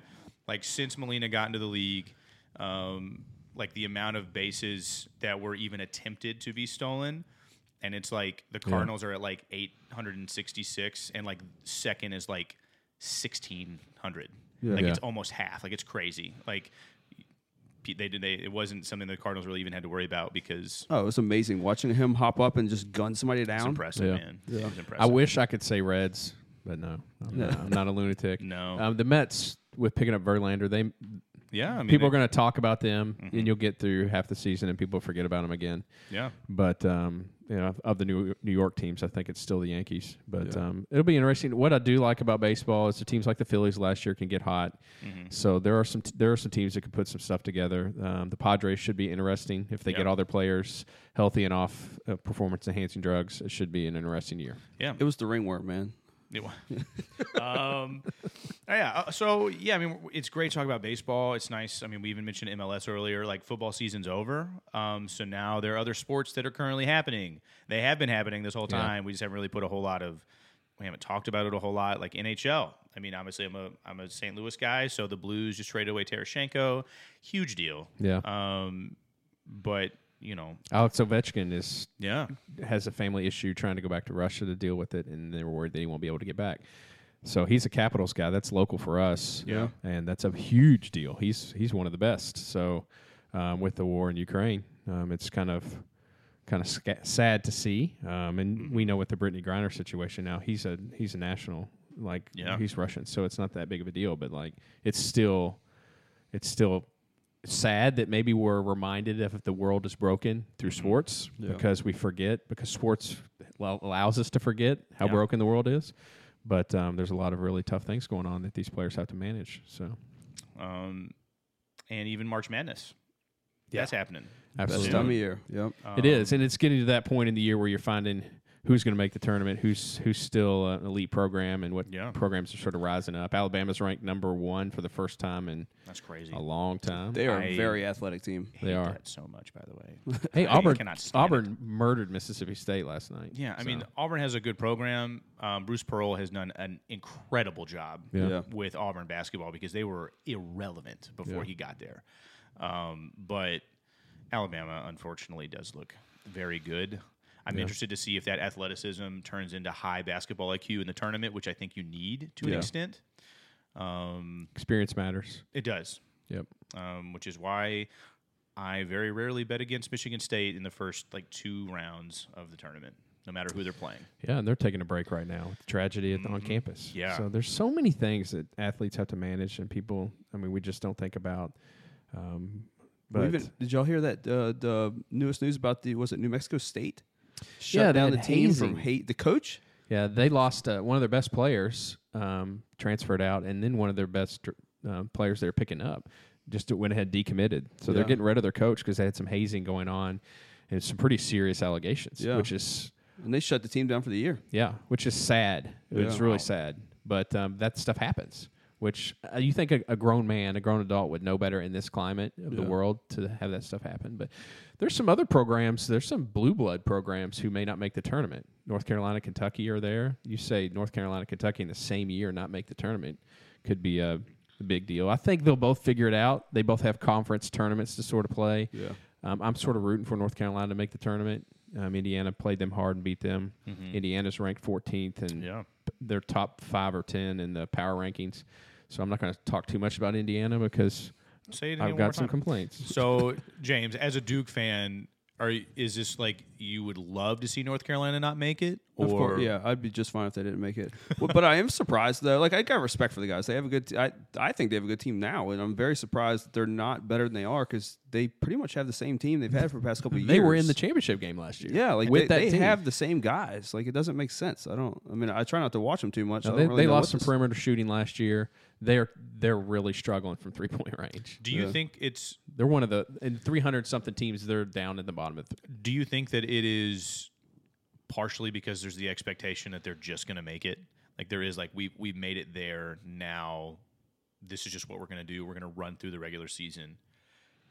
A: like since Molina got into the league, um, like the amount of bases that were even attempted to be stolen and it's like the Cardinals are at like 866, and like second is like 1600. Like
B: Yeah.
A: it's almost half. Like it's crazy. Like pe- they did. They it wasn't something the Cardinals really even had to worry about because
C: Oh, it's amazing watching him hop up and just gun somebody
A: it's
C: down.
A: impressive,
B: Yeah.
A: man. It was impressive.
B: I wish I could say Reds, but no, I'm, Not, I'm not a lunatic.
A: No.
B: um, the Mets with picking up Verlander, they
A: Yeah, I mean,
B: people are
A: they-
B: going to talk about them, and you'll get through half the season, and people forget about them again.
A: Yeah,
B: But um, you know, of- of the New New York teams, I think it's still the Yankees. But um, it'll be interesting. What I do like about baseball is the teams like the Phillies last year can get hot. So there are some t- there are some teams that can put some stuff together. Um, the Padres should be interesting if they
A: Yeah.
B: get all their players healthy and off uh, performance enhancing drugs. It should be an interesting year.
A: yeah.
C: It was the ringworm, man.
A: It wa- um, yeah. uh, So yeah, I mean, it's great to talk about baseball. It's nice. I mean, we even mentioned MLS earlier. Like football season's over. Um, so now there are other sports that are currently happening. They have been happening this whole
B: Yeah.
A: time. We just haven't really put a whole lot of. We haven't talked about it a whole lot. Like NHL. I mean, obviously, I'm a I'm a St. Louis guy. So the Blues just traded away Tarasenko. Huge deal.
B: Yeah,
A: Um, but you know,
B: Alex Ovechkin is
A: yeah,
B: has a family issue trying to go back to Russia to deal with it, and they were worried that he won't be able to get back. So he's a Capitals guy. That's local for us.
A: Yeah.
B: and that's a huge deal. He's he's one of the best. So um, with the war in Ukraine, um, it's kind of kind of sca- sad to see. Um, and
A: Mm-hmm.
B: we know with the Brittany Griner situation now, he's a he's a national. Like
A: Yeah.
B: he's Russian, so it's not that big of a deal. But like it's still it's still sad that maybe we're reminded of the world is broken through
A: Mm-hmm.
B: sports because we forget because sports al- allows us to forget how
A: Yeah.
B: broken the world is but um, there's a lot of really tough things going on that these players have to manage so
A: um, and even March Madness. That's happening. Um,
C: Best
B: absolutely
C: time of year. Yep.
B: it is and it's getting to that point in the year where you're finding who's going to make the tournament who's who's still an elite program and what
A: Yeah.
B: programs are sort of rising up alabama's ranked number one for the first time in
A: That's crazy.
B: a long time
C: They are
A: I-
C: a very athletic team.
A: hate
B: They are.
A: that so much. By the way,
B: hey
A: I
B: auburn
A: cannot stand
B: auburn murdered mississippi state last night
A: yeah, I
B: So,
A: mean Auburn has a good program. Um, Bruce Pearl has done an incredible job
B: Yeah.
C: Yeah.
A: with Auburn basketball because they were irrelevant before he got there. Um, but Alabama, unfortunately, does look very good. I'm interested to see if that athleticism turns into high basketball IQ in the tournament, which I think you need to an
C: Yeah.
A: extent. Um,
B: experience matters
A: It does.
B: yep
A: um, which is why I very rarely bet against Michigan State in the first like two rounds of the tournament, no matter who they're playing.
B: Yeah, and they're taking a break right now with the tragedy at, on
C: Mm-hmm.
B: campus.
A: Yeah.
B: So there's so many things that athletes have to manage, and people, I mean, we just don't think about. Um,
C: We
B: but
C: even- did y'all hear that uh, the newest news about the was it New Mexico State shut
B: Yeah, they
C: down the
B: had
C: team
B: hazing.
C: from hate the coach?
B: yeah, they lost uh, one of their best players, um, transferred out, and then one of their best tr- um, players they're picking up just went ahead and decommitted. So they're
C: Yeah.
B: getting rid of their coach because they had some hazing going on and some pretty serious allegations,
C: Yeah.
B: which is
C: And they shut the team down for the year.
B: Yeah, which is sad. It's
C: Yeah.
B: really sad. But um, that stuff happens. Which uh, you think a, a grown man, a grown adult would know better in this climate of the world to have that stuff happen. But there's some other programs. There's some blue blood programs who may not make the tournament. North Carolina, Kentucky are there. You say North Carolina, Kentucky in the same year not make the tournament could be a big deal. I think they'll both figure it out. They both have conference tournaments to sort of play.
C: Yeah.
B: Um, I'm sort of rooting for North Carolina to make the tournament. Um, Indiana played them hard and beat them.
C: Mm-hmm.
B: Indiana's ranked 14th, and
A: Yeah.
B: p- they're top five or 10 in the power rankings. So I'm not going to talk too much about Indiana because
A: Say it.
B: I've got some complaints.
A: So, James, as a Duke fan, are y- is this like you would love to see North Carolina not make it? Or
C: Of course, yeah, I'd be just fine if they didn't make it. well, but I am surprised though. Like I got respect for the guys. They have a good. T- I I think they have a good team now, and I'm very surprised that they're not better than they are because they pretty much have the same team they've had for the past couple of years.
B: They were in the championship game last year.
C: Yeah, like
B: with
C: they,
B: that
C: they
B: team.
C: have the same guys. Like it doesn't make sense. I don't. I mean, I try not to watch them too much.
B: Now,
C: I
B: they,
C: don't really
B: they
C: know
B: lost some
C: what this-
B: perimeter shooting last year. They're they're really struggling from three point range.
A: Do you think it's?
B: They're one of the in 300 something teams. They're down at the bottom of. Th-
A: Do you think that it is partially because there's the expectation that they're just going to make it? Like there is like we we've made it there now. This is just what we're going to do. We're going to run through the regular season,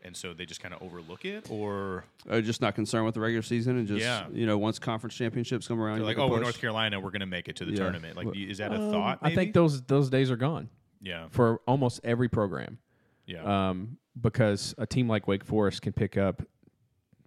A: and so they just kind of overlook it, or
C: Are uh, just not concerned with the regular season and just
A: Yeah.
C: you know once conference championships come around,
A: They're
C: you
A: like,
C: make
A: oh,
C: a
A: we're
C: push."
A: North Carolina. We're going to make it to the
C: Yeah.
A: tournament. Like, is that a
B: Um,
A: thought?
B: I
A: maybe?
B: think those those days are gone
A: Yeah.
B: for almost every program.
A: Yeah.
B: um, because a team like Wake Forest can pick up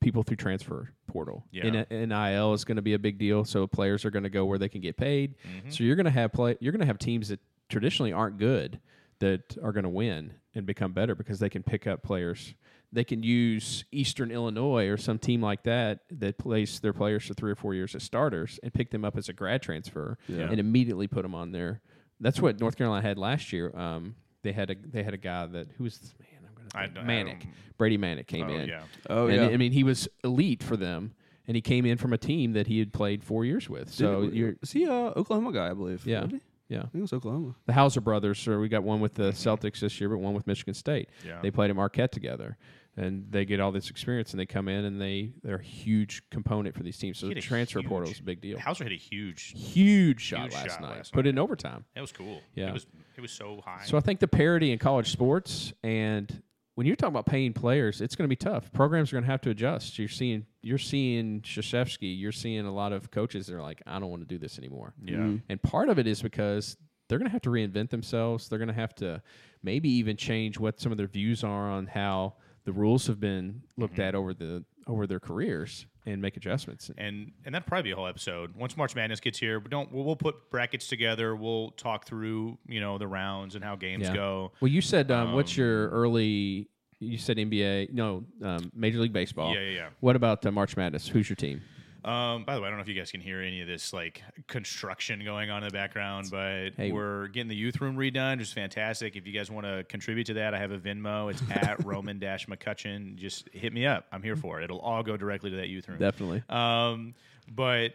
B: people through transfer portal.
A: Yeah.
B: N- NIL is going to be a big deal, so players are going to go where they can get paid.
A: Mm-hmm.
B: So you're going to have play you're going to have teams that traditionally aren't good that are going to win and become better because they can pick up players. They can use Eastern Illinois or some team like that that plays their players for three or four years as starters and pick them up as a grad transfer and immediately put them on there. That's what North Carolina had last year. Um, they had a they had a guy that who was this man I'm going to
A: I
B: think,
A: don't- I
B: Manic
A: don't-
B: Brady Manic came
A: Oh,
B: in.
A: yeah.
C: Oh,
B: And,
C: yeah.
B: I mean, he was elite for them, and he came in from a team that he had played four years with. So you're,
C: is he a Oklahoma guy? I believe.
B: yeah,
C: Wasn't he? I
B: yeah.
C: think it was Oklahoma.
B: The Hauser brothers, so we got one with the Celtics this year, but one with Michigan State.
A: Yeah.
B: They played at Marquette together, and they get all this experience, and they come in and they they're a huge component for these teams. So
A: He
B: the
A: had a
B: transfer
A: huge-
B: portal is a big deal.
A: Hauser hit a huge.
B: Huge shot,
A: Huge
B: last,
A: shot
B: night.
A: last
B: put
A: night.
B: it in overtime.
A: That was cool.
B: Yeah.
A: It was it was so high.
B: So I think the parity in college sports and when you're talking about paying players, it's going to be tough. Programs are going to have to adjust. You're seeing you're seeing Shashevsky, you're seeing a lot of coaches that are like, I don't want to do this anymore.
A: yeah.
B: And part of it is because they're going to have to reinvent themselves. They're going to have to maybe even change what some of their views are on how the rules have been looked at over the over their careers and make adjustments.
A: and and that'd probably be a whole episode. Once March Madness gets here, but don't we'll, we'll put brackets together. We'll talk through you know the rounds and how games go.
B: Well, you said um, what's your early? You said NBA, no, um, Major League Baseball.
A: Yeah, yeah, yeah.
B: What about uh, March Madness? Who's your team?
A: Um, by the way, I don't know if you guys can hear any of this like construction going on in the background, but
B: Hey.
A: we're getting the youth room redone, which is fantastic. If you guys want to contribute to that, I have a Venmo. It's at Roman Dash McCutcheon. Just hit me up. I'm here for it. It'll all go directly to that youth room.
B: Definitely.
A: Um, but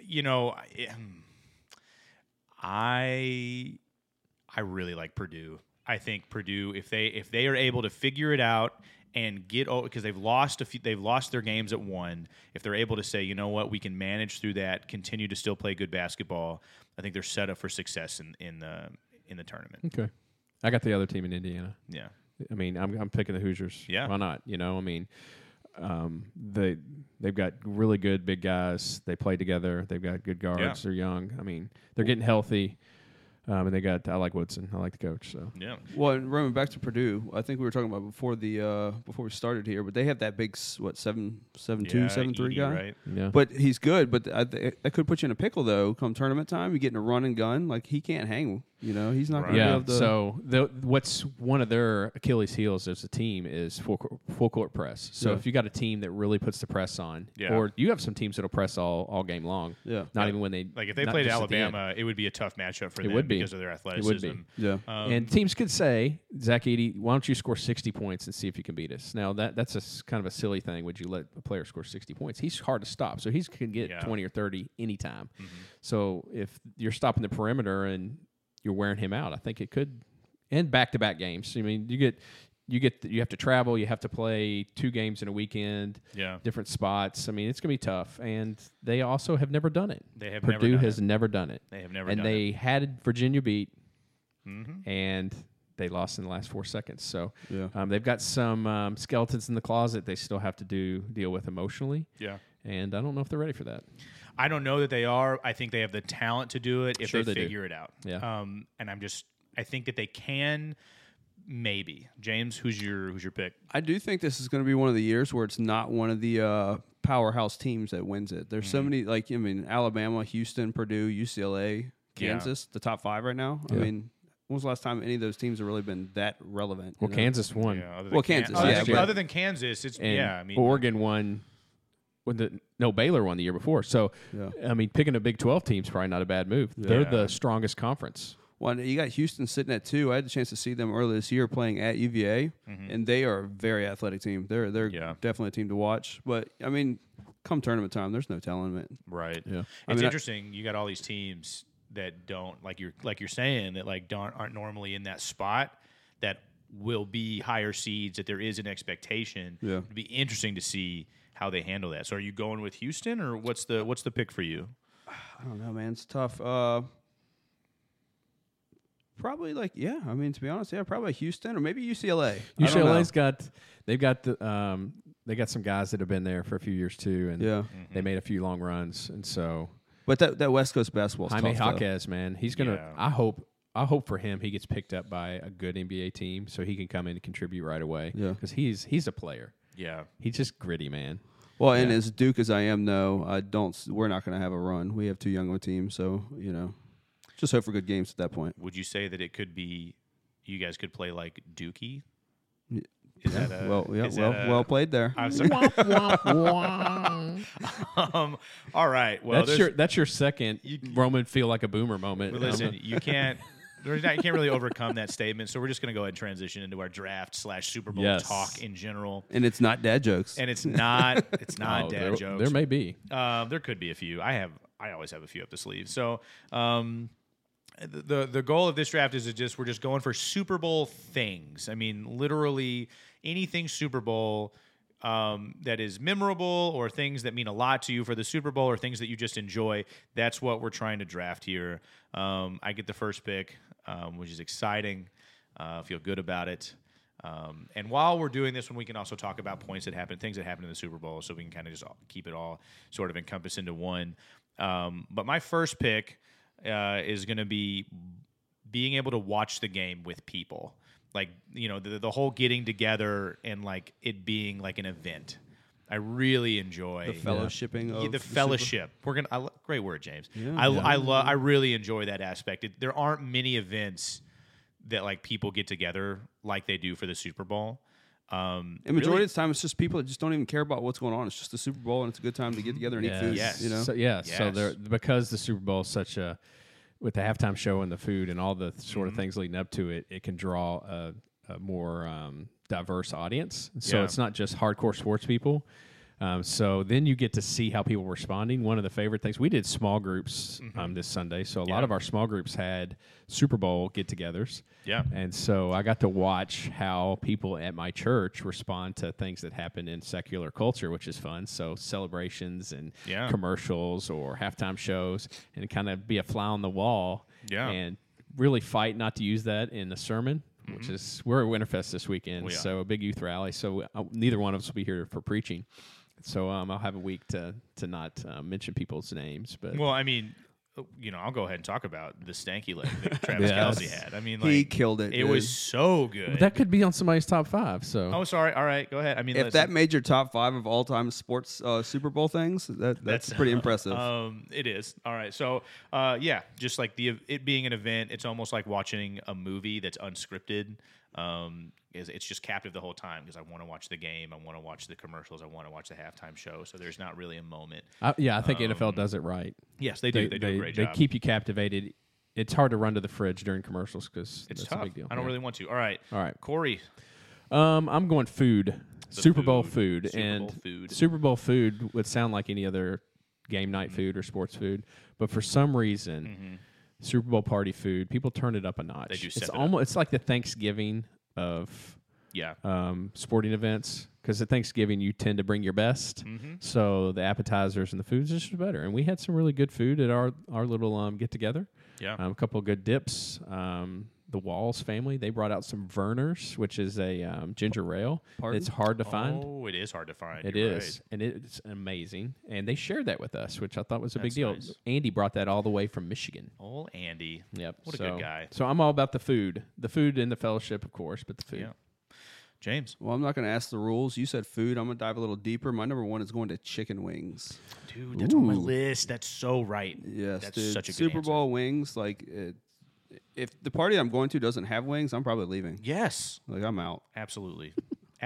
A: you know, I- um, I I really like Purdue. I think Purdue, if they if they are able to figure it out and get over because they've lost a few, they've lost their games at one. If they're able to say, you know what, we can manage through that, continue to still play good basketball. I think they're set up for success in in the in the tournament.
B: Okay. I got the other team in Indiana.
A: Yeah,
B: I mean, I'm, I'm picking the Hoosiers.
A: Yeah.
B: Why not? You know, I mean, um, they they've got really good big guys. They play together. They've got good guards.
A: Yeah.
B: They're young. I mean, they're getting healthy. Um, and they got. I like Woodson. I like the coach. So
A: yeah,
C: Well, and Roman, back to Purdue. I think we were talking about before the uh, before we started here, but they have that big s- what seven seven two
A: Yeah,
C: seven three
A: Edey,
C: guy.
A: Right?
B: yeah.
C: But he's good. But I th- that could put you in a pickle though. Come tournament time, you get in a run and gun. Like he can't hang. You know, he's not. Gonna be
B: yeah.
C: able to,
B: so the, what's one of their Achilles' heels as a team is full court, full court press. So
C: Yeah.
B: if you got a team that really puts the press on,
A: Yeah.
B: or you have some teams that'll press all, all game long.
C: Yeah.
B: Not even when they
A: Like if they
B: not
A: played
B: just at the end.
A: Alabama, it would be a tough matchup for
B: It
A: them
B: would be.
A: because of their athleticism.
B: would be.
C: yeah.
A: Um,
B: and teams could say, Zach Eady, why don't you score 60 points and see if you can beat us? Now, that that's a s- kind of a silly thing. Would you let a player score 60 points? He's hard to stop, so he can get
A: Yeah. Mm-hmm.
B: 20 or 30 anytime. So if you're stopping the perimeter and you're wearing him out, I think it could. And back to back games. I mean, you get. You get you have to travel. You have to play two games in a weekend,
A: Yeah.
B: different spots. I mean, it's gonna be tough. And they also have never done it.
A: They have never
B: Purdue
A: done
B: has never done it.
A: They have never
B: and
A: done
B: they had Virginia beat, and they lost in the last four seconds. So
C: Yeah.
B: um, they've got some um, skeletons in the closet. They still have to do deal with emotionally,
A: yeah.
B: and I don't know if they're ready for that.
A: I don't know that they are. I think they have the talent to do it if
B: Sure
A: they,
B: they do.
A: figure it out.
B: Yeah.
A: Um, and I'm just, I think that they can. Maybe James, who's your who's your pick?
C: I do think this is going to be one of the years where it's not one of the uh, powerhouse teams that wins it. There's so many, like I mean, Alabama, Houston, Purdue, UCLA,
A: Yeah.
C: Kansas, the top five right now. I mean, when was the last time any of those teams have really been that relevant? you
B: Well,
C: know?
B: Kansas won,
A: Uh, other
C: Well,
A: Kan-
C: Kansas,
A: Other,
B: yeah,
A: than,
B: but-
A: other than Kansas, it's
B: and
A: yeah. I mean, uh,
B: Oregon won. When the no Baylor won the year before, so
C: Yeah.
B: I mean, picking a Big Twelve team is probably not a bad move. They're the strongest conference.
C: Well, you got Houston sitting at two. I had the chance to see them earlier this year playing at UVA, and they are a very athletic team. They're they're
A: Mm-hmm. Yeah.
C: definitely a team to watch. But I mean, come tournament time, there's no telling it.
A: right.
B: Yeah.
A: It's
C: I mean, I-
A: interesting. you got all these teams that don't like you're like you're saying that like don't aren't normally in that spot that will be higher seeds. That there is an expectation.
C: Yeah.
A: It'd be interesting to see how they handle that. So are you going with Houston or what's the what's the pick for you?
C: I don't know, man. It's tough. Uh, probably like yeah. I mean, to be honest, yeah, probably Houston or maybe UCLA. I don't know.
B: UCLA's got they've got the um, they got some guys that have been there for a few years too, and
C: Yeah.
B: they made a few long runs, and so
C: but that that West Coast basketball.
B: Jaime
C: tough, though.
B: Jaquez, man, he's gonna.
A: Yeah.
B: I hope. I hope for him he gets picked up by a good NBA team so he can come in and contribute right away.
C: Yeah.
B: because he's he's a player.
A: Yeah.
B: He's just gritty, man.
C: Well, and as Duke as I am, though, I don't. s- We're not going to have a run. We have too young of a team, so you know, just hope for good games at that point.
A: Would you say that it could be you guys could play like Dookie? Is that a,
C: well, yeah,
A: is that uh,
C: well,
A: a-
C: well played there.
A: I'm sorry. um, all right. Well,
B: that's
A: there's-
B: your that's your second Roman feel like a boomer moment.
A: But
B: Um,
A: listen, you can't. There's not, you can't really overcome that statement, so we're just going to go ahead and transition into our draft slash Super Bowl
B: Yes.
A: talk in general.
C: and it's not dad jokes.
A: And it's not, it's not
B: oh,
A: dad
B: there,
A: jokes.
B: there may be.
A: Um, there could be a few. I have. I always have a few up the sleeve. So, um, the the goal of this draft is to just we're just going for Super Bowl things. I mean, literally anything Super Bowl um, that is memorable or things that mean a lot to you for the Super Bowl or things that you just enjoy. That's what we're trying to draft here. Um, I get the first pick, um, which is exciting. Uh, feel good about it. Um, and while we're doing this one, we can also talk about points that happen, things that happen in the Super Bowl, so we can kind of just all- keep it all sort of encompassed into one. Um, but my first pick uh, is going to be being able to watch the game with people, like you know the, the whole getting together and like it being like an event. I really enjoy
C: the fellowshipping
A: yeah,
C: of
A: the
C: Super-
A: fellowship. We're gonna I, lo- great word, James. I I love I really enjoy that aspect. It, there aren't many events that like people get together like they do for the Super Bowl. Um,
C: And majority
A: really-
C: of the time, it's just people that just don't even care about what's going on. It's just the Super Bowl, and it's a good time to get together and eat food.
A: Yes.
C: You know,
B: So, yeah. So
A: Yes.
B: there, because the Super Bowl is such a, with the halftime show and the food and all the th- sort
A: Mm-hmm.
B: of things leading up to it, it can draw a, a more um, diverse audience. So
A: Yeah.
B: it's not just hardcore sports people. Um, so then you get to see how people were responding. One of the favorite things we did small groups
A: Mm-hmm.
B: um, this Sunday. So a lot of our small groups had Super Bowl get-togethers.
A: Yeah.
B: And so I got to watch how people at my church respond to things that happen in secular culture, which is fun. So celebrations and
A: Yeah.
B: commercials or halftime shows and kind of be a fly on the wall
A: Yeah.
B: and really fight not to use that in a sermon, which
A: Mm-hmm.
B: is we're at Winterfest this weekend.
A: We are.
B: So a big youth rally. So uh, neither one of us will be here for preaching. So um, I'll have a week to to not uh, mention people's names, but
A: well, I mean, oh, you know, I'll go ahead and talk about the stanky leg that Travis
B: Yes.
A: Kelsey had. I mean, like
C: He killed it,
A: It
C: dude.
A: was so good.
B: that could be on somebody's top five. So
A: oh, sorry. All right, go ahead. I mean,
C: if
A: listen,
C: that made your top five of all time sports uh, Super Bowl things, that that's, pretty impressive.
A: Um, it is. All right. So, uh, yeah, just like the it being an event, it's almost like watching a movie that's unscripted. Um, is it's just captive the whole time because I want to watch the game, I want to watch the commercials, I want to watch the halftime show. So there's not really a moment.
B: I, yeah, I think NFL does it right.
A: Yes, um, they do. They, do a great
B: they
A: job.
B: keep you captivated. It's hard to run to the fridge during commercials because
A: it's
B: that's
A: tough.
B: a big deal.
A: I don't
B: Yeah.
A: really want to. All right.
B: All right.
A: Corey.
B: Um, I'm going food. Super Bowl
A: food.
B: food
A: Super
B: and
A: Bowl food.
B: Super Bowl food would sound like any other game night
A: Mm-hmm.
B: food or sports food, but for some reason, Super Bowl party food people turn it up a notch.
A: They do step
B: it's
A: it up.
B: almost it's like the Thanksgiving of
A: Yeah.
B: um, sporting events because at Thanksgiving you tend to bring your best,
A: Mm-hmm.
B: so the appetizers and the foods are just better. And we had some really good food at our our little um, get together.
A: Yeah.
B: um, a couple of good dips. Um, the Walls family they brought out some Verners, which is a um, ginger ale.
C: Pardon?
B: It's hard to find.
A: Oh, it is hard to find.
B: It
A: You're
B: is, and it's amazing. And they shared that with us, which I thought was a
A: That's
B: big deal.
A: nice.
B: Andy brought that all the way from Michigan.
A: Right. Old Andy.
B: Yep.
A: What a
B: so-
A: good guy.
B: So I'm all about the food, the food and the fellowship, of course, but the food.
A: Yeah. James.
C: well, I'm not going to ask the rules. You said food. I'm going to dive a little deeper. My number one is going to chicken wings.
A: Dude, that's on my list. That's so right.
C: Yes,
A: That's
C: dude.
A: such a good
C: Super
A: answer.
C: Bowl wings. Like, it, if the party I'm going to doesn't have wings, I'm probably leaving.
A: Yes.
C: Like, I'm out.
A: Absolutely.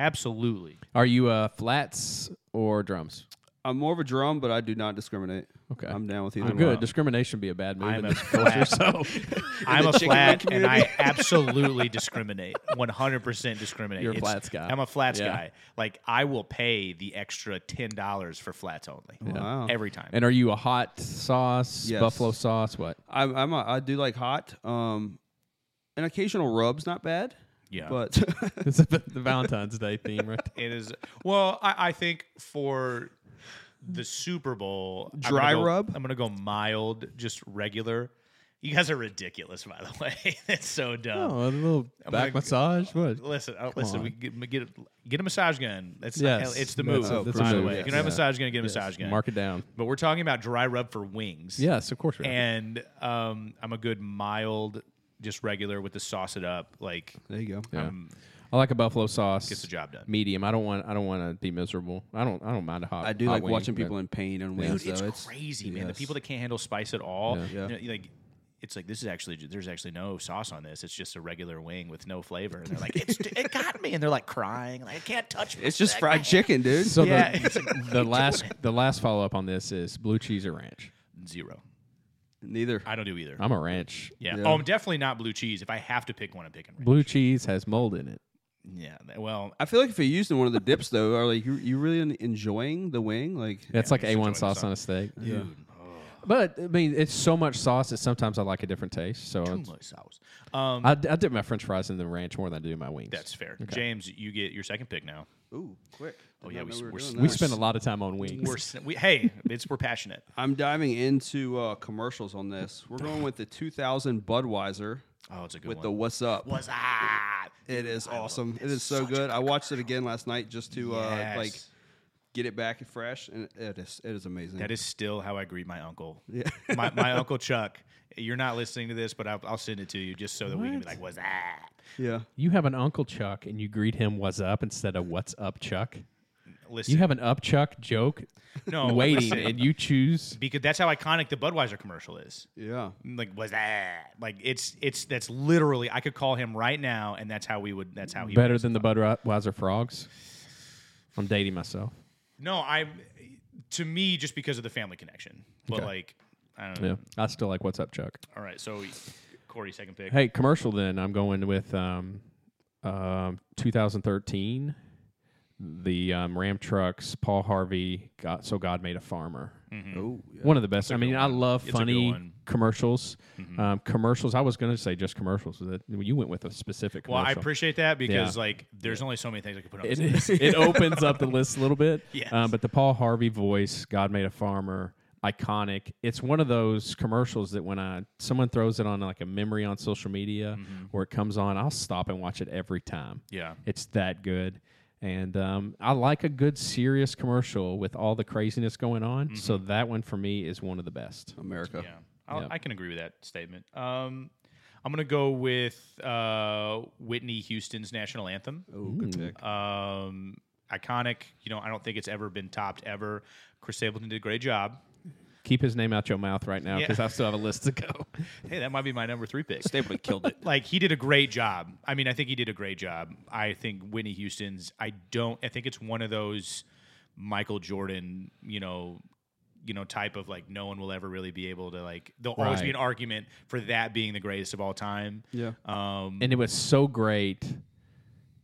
A: Absolutely.
B: Are you uh, flats or drums?
C: I'm more of a drum, but I do not discriminate.
B: Okay.
C: I'm down with either.
B: I'm
C: one.
B: good. Discrimination would be a bad move.
A: I'm
B: in
A: a
B: this culture,
A: flat.
B: so
A: I'm a
C: chicken
A: flat
C: wing
A: and I absolutely discriminate. 100% discriminate.
B: You're a flats guy.
A: I'm a flats
B: Yeah.
A: guy. Like, I will pay the extra $10 for flats only.
C: Wow.
A: Every time.
B: And are you a hot sauce,
C: Yes.
B: buffalo sauce? What?
C: I'm, I'm a, I do like hot. Um, an occasional rub's not bad.
A: Yeah.
C: But
B: It's the the Valentine's Day theme, right?
A: it is, well, I, I think for the Super Bowl, I'm gonna
C: Dry
A: go-
C: rub?
A: I'm going to go mild, just regular. You guys are ridiculous, by the way. That's so dumb.
B: Oh, a little
A: back
B: back massage. What?
A: Listen, uh, listen.
B: on.
A: We get, get a- get a massage gun. That's
B: Yes,
A: it's the move.
B: that's
C: a- that's a
A: by the
C: move,
A: way, if you
C: yes.
A: don't have a
C: Yeah.
A: massage gun, get a massage gun.
B: Mark it down.
A: But we're talking about dry rub for wings.
B: Yes, of course. we are.
A: and um, I'm a good mild, just regular with the sauce it up. Like
C: there you go.
B: Yeah.
A: um,
B: I I like a buffalo sauce.
A: Gets the job done.
B: Medium. I don't want. I don't want to be miserable. I don't. I don't mind a hot.
C: I do
B: hot
C: like
B: wing,
C: watching
B: but-
C: people in pain on
A: Dude,
C: wings.
A: it's
C: though. It's
A: crazy, man. The
C: yes.
A: people that can't handle spice at all,
C: Yeah.
A: you know, like, it's like this is actually there's actually no sauce on this. It's just a regular wing with no flavor, and they're like, it's, "It got me," and they're like crying, like, "I can't touch."
C: It's just
A: myself.
C: fried chicken, dude.
B: So
A: Yeah,
B: the,
A: it's like, what are
B: the
A: you
B: last the last follow up on this is blue cheese or ranch.
A: Zero.
C: Neither.
A: I don't do either.
B: I'm a ranch.
A: yeah.
C: Oh, Yeah.
A: Oh, I'm definitely not blue cheese. If I have to pick one, I'm picking ranch.
B: Blue cheese has mold in it.
A: Yeah. th- Well,
C: I feel like if you're using one of the dips though, are like you you really en- enjoying the wing? Like
B: That's like
A: you should
B: a
A: join
B: one
A: the
B: sauce
A: song.
B: on a steak.
A: dude,
B: But I mean, it's so much sauce that sometimes I like a different taste. So
A: too
B: it's-
A: much sauce. Um,
B: I, I dip my French fries in the ranch more than I do my wings.
A: that's fair. James, you get your second pick now.
C: ooh, quick.
A: Oh, yeah, we s- we're s-
B: we spend a lot of time on wings.
A: We're s- we, hey, it's we're passionate.
C: I'm diving into uh, commercials on this. We're going with the 2000 Budweiser
A: Oh, it's a good
C: with
A: one.
C: the What's Up.
A: was ah,
C: It is awesome. It is so good. I watched it again last night just to uh,
A: Yes.
C: like get it back fresh, and it is it is amazing.
A: That is still how I greet my uncle. my, my uncle Chuck. You're not listening to this, but I'll, I'll send it to you just so that we can be like, "What's that?"
C: yeah.
B: You have an Uncle Chuck and you greet him "What's up" instead of "What's up, Chuck."
A: Listen,
B: You have an up Chuck joke
A: no
B: waiting,
A: listen,
B: and you choose.
A: because that's how iconic the Budweiser commercial is.
C: Yeah.
A: Like, was that like it's it's that's literally I could call him right now, and that's how we would. That's how he would
B: Better than the Budweiser frogs. I'm dating myself.
A: No, I to me just because of the family connection. But like I don't know.
B: Yeah, I still like "What's up, Chuck."
A: All right, so Corey, second pick.
B: Hey, commercial. Then I'm going with um, um, 2013. The um, Ram trucks. Paul Harvey. God, so God made a farmer.
A: Mm-hmm. Mm.
C: Oh, yeah.
B: One of the best. I mean,
A: good
B: I love
A: It's a good
B: funny
A: one.
B: commercials.
A: Mm-hmm.
B: Um, commercials. I was going to say just commercials. but You went with a specific.
A: Well, I
B: commercial.
A: appreciate that because
B: Yeah.
A: like there's only so many things I could put on.
B: It
A: This
B: is. It opens up the list a little bit.
A: Yes.
B: Um, but the Paul Harvey voice, "God Made a Farmer," iconic. It's one of those commercials that when I someone throws it on like a memory on social media or it comes on, I'll stop and watch it every time.
A: Mm-hmm. Yeah.
B: It's that good. And um, I like a good serious commercial with all the craziness going on. So
A: Mm-hmm.
B: that one for me is one of the best.
C: America.
A: Yeah, I'll,
B: Yep.
A: I can agree with that statement. Um, I'm gonna go with uh, Whitney Houston's national anthem.
C: Oh, good
B: Mm.
C: pick.
A: Um, iconic. You know, I don't think it's ever been topped ever. Chris Stapleton did a great job.
B: Keep his name out your mouth right now
A: Yeah.
B: because I still have a list to go.
A: Hey, that might be my number three pick.
C: Stapleton killed it.
A: like he did a great job. I mean, I think he did a great job. I think Whitney Houston's. I don't. I think it's one of those Michael Jordan. You know, you know, type of like no one will ever really be able to like. There'll always be
B: Right.
A: an argument for that being the greatest of all time.
C: Yeah.
A: Um,
B: and it was so great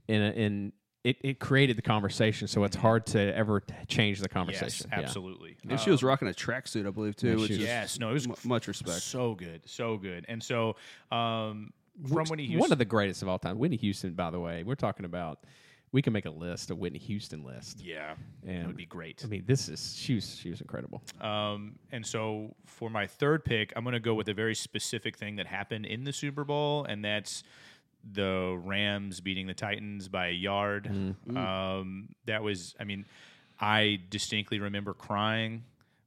B: in a, in it, it created the conversation so it's hard to ever t- change the
A: yes,
B: conversation Yeah.
A: absolutely.
C: And she was rocking a tracksuit, I believe, too. which
B: she
C: is
B: was.
A: Yes, no, it was
C: mu- much respect.
A: so good, so good. And so, um, from when he used
B: one of the greatest of all time whitney houston by the way we're talking about we can make a list a whitney houston list
A: yeah,
B: and
A: it would be great.
B: i mean this is she was she was incredible
A: Um, and so for my third pick, I'm going to go with a very specific thing that happened in the Super Bowl, and that's the Rams beating the Titans by a yard.
B: Mm.
A: Um, that was, I mean, I distinctly remember crying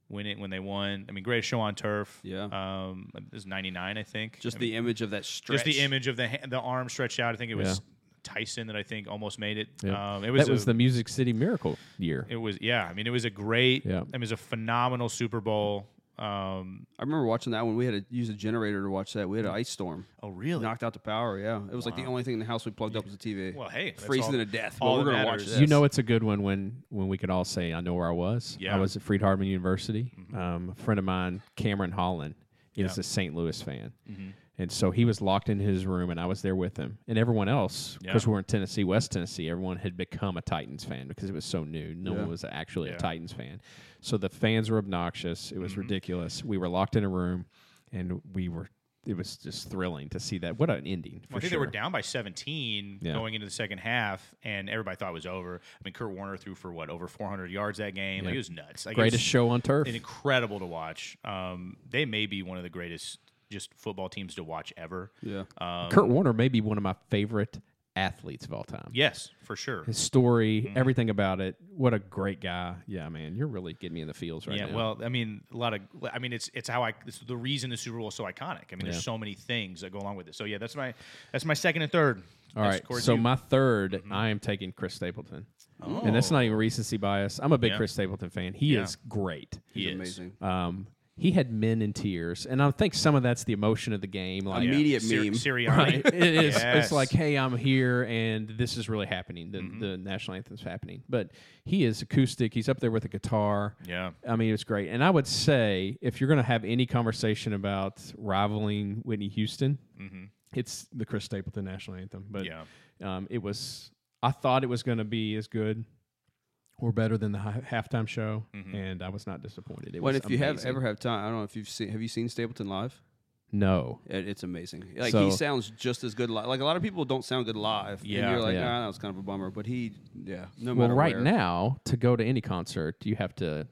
A: when it when they won. I mean, greatest show on turf.
C: Yeah.
A: um, it was '99, I think.
C: Just
A: I
C: the image of that
A: just
C: stretch.
A: the image of the ha- the arm stretched out. I think it was Tyson that I think almost made it. Um, it was
B: that was
A: a-
B: the music city miracle year
A: it was yeah. I mean, it was a great. I
B: Yeah.
A: mean, it was a phenomenal Super Bowl. Um,
C: I remember watching that one. We had to use a generator to watch that. We had an ice storm.
A: oh really?
C: Knocked out the power, yeah. It was like the only thing in the house we plugged up was the TV.
A: Well, hey, that's
C: freezing
A: all-
C: to death.
A: all
C: But
A: that
C: we're gonna watch
A: matters.
C: this.
B: You know, it's a good one when when we could all say, "I know where I was."
A: Yeah. Mm-hmm.
B: I was at Freed Hardman University. Um, a friend of mine, Cameron Holland, is a St. Louis fan,
A: Mm-hmm.
B: and so he was locked in his room, and I was there with him, and everyone else because
A: Yeah.
B: we're in Tennessee, West Tennessee. Everyone had become a Titans fan because it was so new. No one was actually
A: Yeah. Mm-hmm.
B: a Titans fan, so the fans were obnoxious. It was ridiculous. We were locked in a room, and we were. It was just thrilling to see that. What an ending! For
A: I think
B: sure.
A: they were down by 17
B: Yeah.
A: going into the second half, and everybody thought it was over. I mean, Kurt Warner threw for what over 400 yards that game. Like,
B: Yeah.
A: it was nuts. Like, it
B: Greatest
A: was
B: show on turf.
A: incredible to watch. Um, they may be one of the greatest just football teams to watch ever.
C: yeah.
A: Um,
B: Kurt Warner may be one of my favorite athletes of all time.
A: Yes, for sure.
B: His story,
A: Mm-hmm.
B: everything about it. What a great guy. Yeah, man, you're really getting me in the feels right
A: yeah,
B: now.
A: well, I mean, a lot of, I mean, it's it's how I, it's the reason the Super Bowl is so iconic. I mean, there's so many things that go along with it. So yeah, that's my, that's my second and third.
B: All
A: That's Mm-hmm.
B: right.
A: Corey's
B: So
A: you.
B: my 3rd I am taking Chris Stapleton, and that's not even recency bias. I'm a big
A: Oh. Yeah.
B: Chris Stapleton fan. He
A: Yeah.
B: is great.
A: He is.
C: amazing.
B: Um, he had men in tears, and I think some of that's the emotion of the game. Like
A: Oh, Yeah.
C: Immediate
A: Sir-
C: meme.
A: Sirianni.
B: Right. it is.
A: Yes. Mm-hmm.
B: It's like, hey, I'm here, and this is really happening. The, the national anthem's happening, but he is acoustic. He's up there with a guitar.
A: Yeah.
B: I mean, it's great. And I would say, if you're going to have any conversation about rivaling Whitney Houston, it's the Chris Stapleton national anthem. But
A: Mm-hmm. Yeah.
B: um, it was. I thought it was going to be as good or better than the hi- halftime show,
A: Mm-hmm.
B: and I was not disappointed. It
C: What
B: was
C: if you have
B: amazing.
C: ever have time? I don't know if you've seen. Have you seen Stapleton live?
B: No.
C: It, it's amazing. Like
B: So-
C: he sounds just as good live. Like a lot of people don't sound good live. and
A: Yeah.
C: you're like,
B: Yeah.
C: nah, that was kind of a bummer. But he, yeah, no
B: well,
C: matter.
B: right
C: where.
B: now, to go to any concert, you have to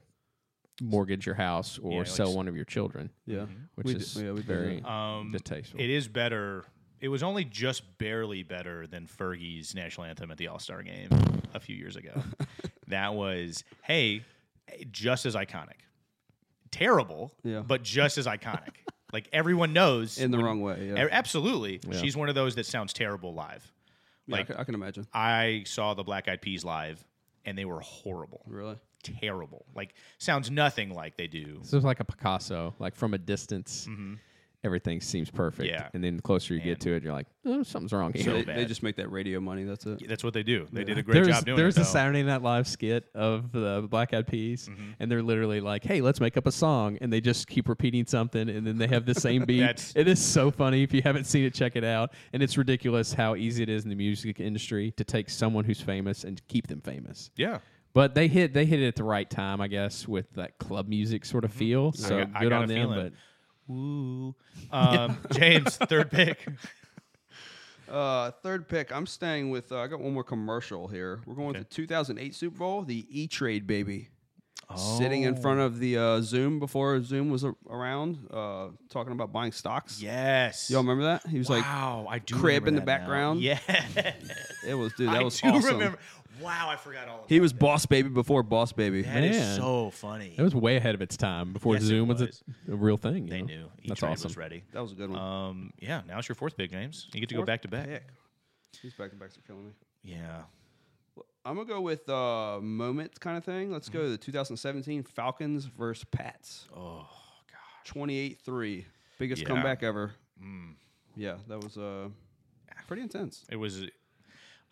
B: mortgage your house or
A: Yeah, like
B: sell
A: s-
B: one of your children,
C: yeah,
B: which
C: We d-
B: is
C: yeah, we do
B: very
C: that.
A: Um,
B: distasteful.
A: It is better. It was only just barely better than Fergie's national anthem at the All Star game a few years ago. that was, hey, just as iconic. Terrible,
C: Yeah.
A: but just as iconic. like everyone knows.
C: in the wrong way. Yeah,
A: a- absolutely. She's one of those that sounds terrible live.
C: Yeah, I
A: like-
C: ca- I, can imagine.
A: I saw the Black Eyed Peas live, and they were horrible.
C: Really,
A: Terrible. Like, sounds nothing like they do.
B: This is like a Picasso, like from a distance, everything seems perfect.
A: Mm-hmm. Yeah.
B: And then the closer you
A: Man.
B: get to it, you're like, oh, something's wrong here.
A: So
C: they,
A: bad.
C: they just make that radio money. That's it.
A: That's what they do. They did a great
B: there's
A: job doing
B: there's
A: it.
B: a
A: though.
B: Saturday Night Live skit of the Black Eyed Peas,
A: Mm-hmm.
B: and they're literally like, "Hey, let's make up a song," and they just keep repeating something, and then they have the same beat.
A: That's-
B: it is so funny. If you haven't seen it, check it out. And it's ridiculous how easy it is in the music industry to take someone who's famous and keep them famous.
A: Yeah.
B: But they hit they hit it at the right time, I guess, with that club music sort of feel. So
A: got- Mm-hmm. I
B: good
A: got
B: on
A: a
B: them.
A: feeling.
B: But
A: Woo. Um, James, third pick.
C: Uh, third pick. I'm staying with. Uh, I got one more commercial here. We're going to 2008 Super Bowl, the E Trade baby, sitting in front of the uh, Zoom before Zoom was a- around, uh, talking about buying stocks.
A: Yes.
C: y'all remember that? He was
A: wow, I do.
C: crib
A: remember
C: in the
A: that now.
C: background.
A: Yeah.
C: like, "It was dude, that
A: I
C: was
A: do
C: awesome."
A: remember. Wow, I forgot all. About
C: He was Boss Baby before Boss Baby.
A: That is
B: Man.
A: so funny.
B: it was way ahead of its time before
A: Yes, it
B: Zoom was,
A: was.
B: a, a real thing. you
A: they
B: know?
A: knew. Each
B: That's
A: trade
B: awesome.
A: was ready.
C: That was a good one.
A: Um, yeah. Now it's your fourth pick, James. You get to go
C: Fourth
A: back to back.
C: pick. These back to backs are killing me.
A: Yeah.
C: I'm gonna go with uh, moment kind of thing. Let's go to
A: Mm-hmm.
C: the 2017 Falcons versus Pats. Oh god, 28-3, biggest
A: Yeah. Mm.
C: comeback ever. Yeah, that was uh, pretty intense.
A: It was.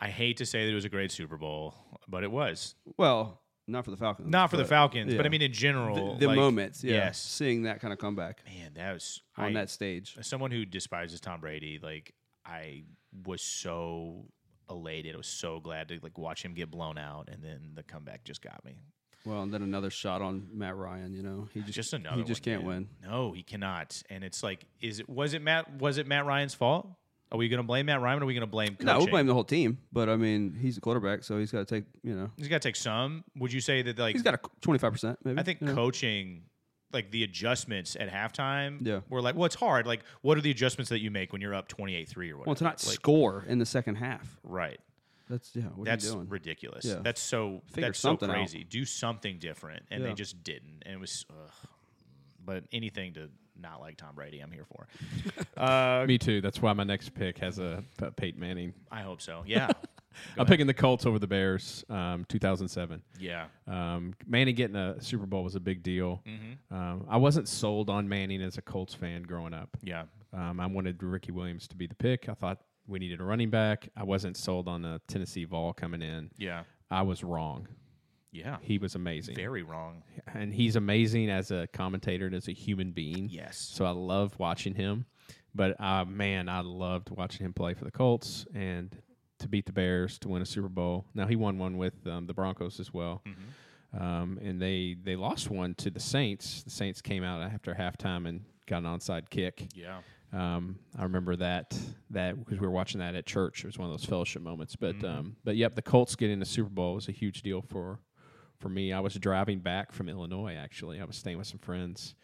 A: I hate to say that it was a great Super Bowl, but it was
C: Well, not for the Falcons.
A: not for the
C: but
A: Falcons. But I
C: yeah.
A: mean, in general,
C: th- the
A: like,
C: moments. Yeah,
A: Yes.
C: seeing that kind of comeback
A: Man, that was
C: on
A: I-
C: that stage.
A: as someone who despises Tom Brady, like I was so elated. I was so glad to like watch him get blown out, and then the comeback just got me.
C: Well, and then another shot on Matt Ryan. You know, he just,
A: Just another.
C: He just
A: one,
C: can't
A: man.
C: win.
A: No, he cannot. And it's like, is it was it Matt was it Matt Ryan's fault? Are we going to blame Matt Ryan? Or are we going to blame? Coaching?
C: No, we'll blame the whole team, but I mean, he's the quarterback, so he's got to take. You know,
A: He's got to take some. Would you say that like
C: he's got a 25 percent maybe.
A: I think
C: you know?
A: coaching, like the adjustments at halftime,
C: Yeah.
A: were like, well, it's hard. Like, what are the adjustments that you make when you're up twenty eight three or whatever?
C: Well, to not
A: Like,
C: score in the second half.
A: right.
C: That's yeah. What
A: that's
C: are you doing?
A: ridiculous.
C: Yeah.
A: That's so
C: Figure
A: that's so
C: something out.
A: crazy. Do something different, and they
C: Yeah.
A: just didn't. And it was, ugh. but anything to not like Tom Brady, I'm here for.
B: Me too. That's why my next pick has a, a Peyton Manning.
A: I hope so. Yeah,
B: I'm picking the Colts over the Bears. Um, 2007.
A: yeah.
B: Um, Manning getting a Super Bowl was a big deal.
A: Mm-hmm.
B: Um, I wasn't sold on Manning as a Colts fan growing up.
A: Yeah,
B: Um, I wanted Ricky Williams to be the pick. I thought we needed a running back. I wasn't sold on the Tennessee Vol coming in.
A: yeah,
B: I was wrong.
A: yeah.
B: He was amazing,
A: Very wrong.
B: and he's amazing as a commentator and as a human being.
A: Yes.
B: So I love watching him. But uh, man, I loved watching him play for the Colts and to beat the Bears to win a Super Bowl. Now he won one with um, the Broncos as well. Um, and they, they lost one to the Saints. The Saints came out after halftime and got an onside kick.
A: Yeah.
B: Um, I remember that that because we were watching that at church. It was one of those fellowship moments. But
A: Mm-hmm.
B: um, but yep, the Colts getting the Super Bowl was a huge deal for for me. I was driving back from Illinois actually. I was staying with some friends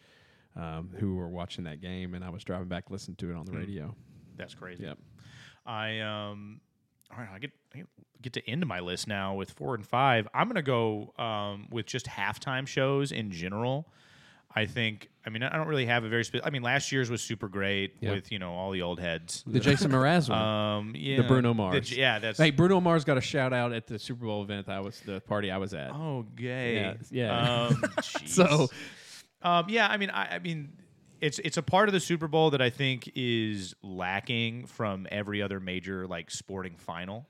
B: um, who were watching that
A: Mm.
B: game, and I was driving back listening to it on the radio.
A: That's crazy.
B: Yep.
A: I um all right, I get I get to end my list now with four and five. I'm gonna go um, with just halftime shows in general. I think. I mean, I don't really have a very. Spe- I mean, last year's was super great
B: Yeah.
A: with you know all the old heads.
B: The Jason Mraz one.
A: Um, yeah,
B: Uh, the Bruno
A: The
B: Mars.
A: J- yeah, that's
B: Hey, Bruno Mars got a shout out at the Super Bowl event. I was the party I was at.
A: oh gay.
B: Yeah, yeah.
A: Um,
B: so
A: jeez. Um, yeah, I mean, I, I mean, it's it's a part of the Super Bowl that I think is lacking from every other major like sporting final.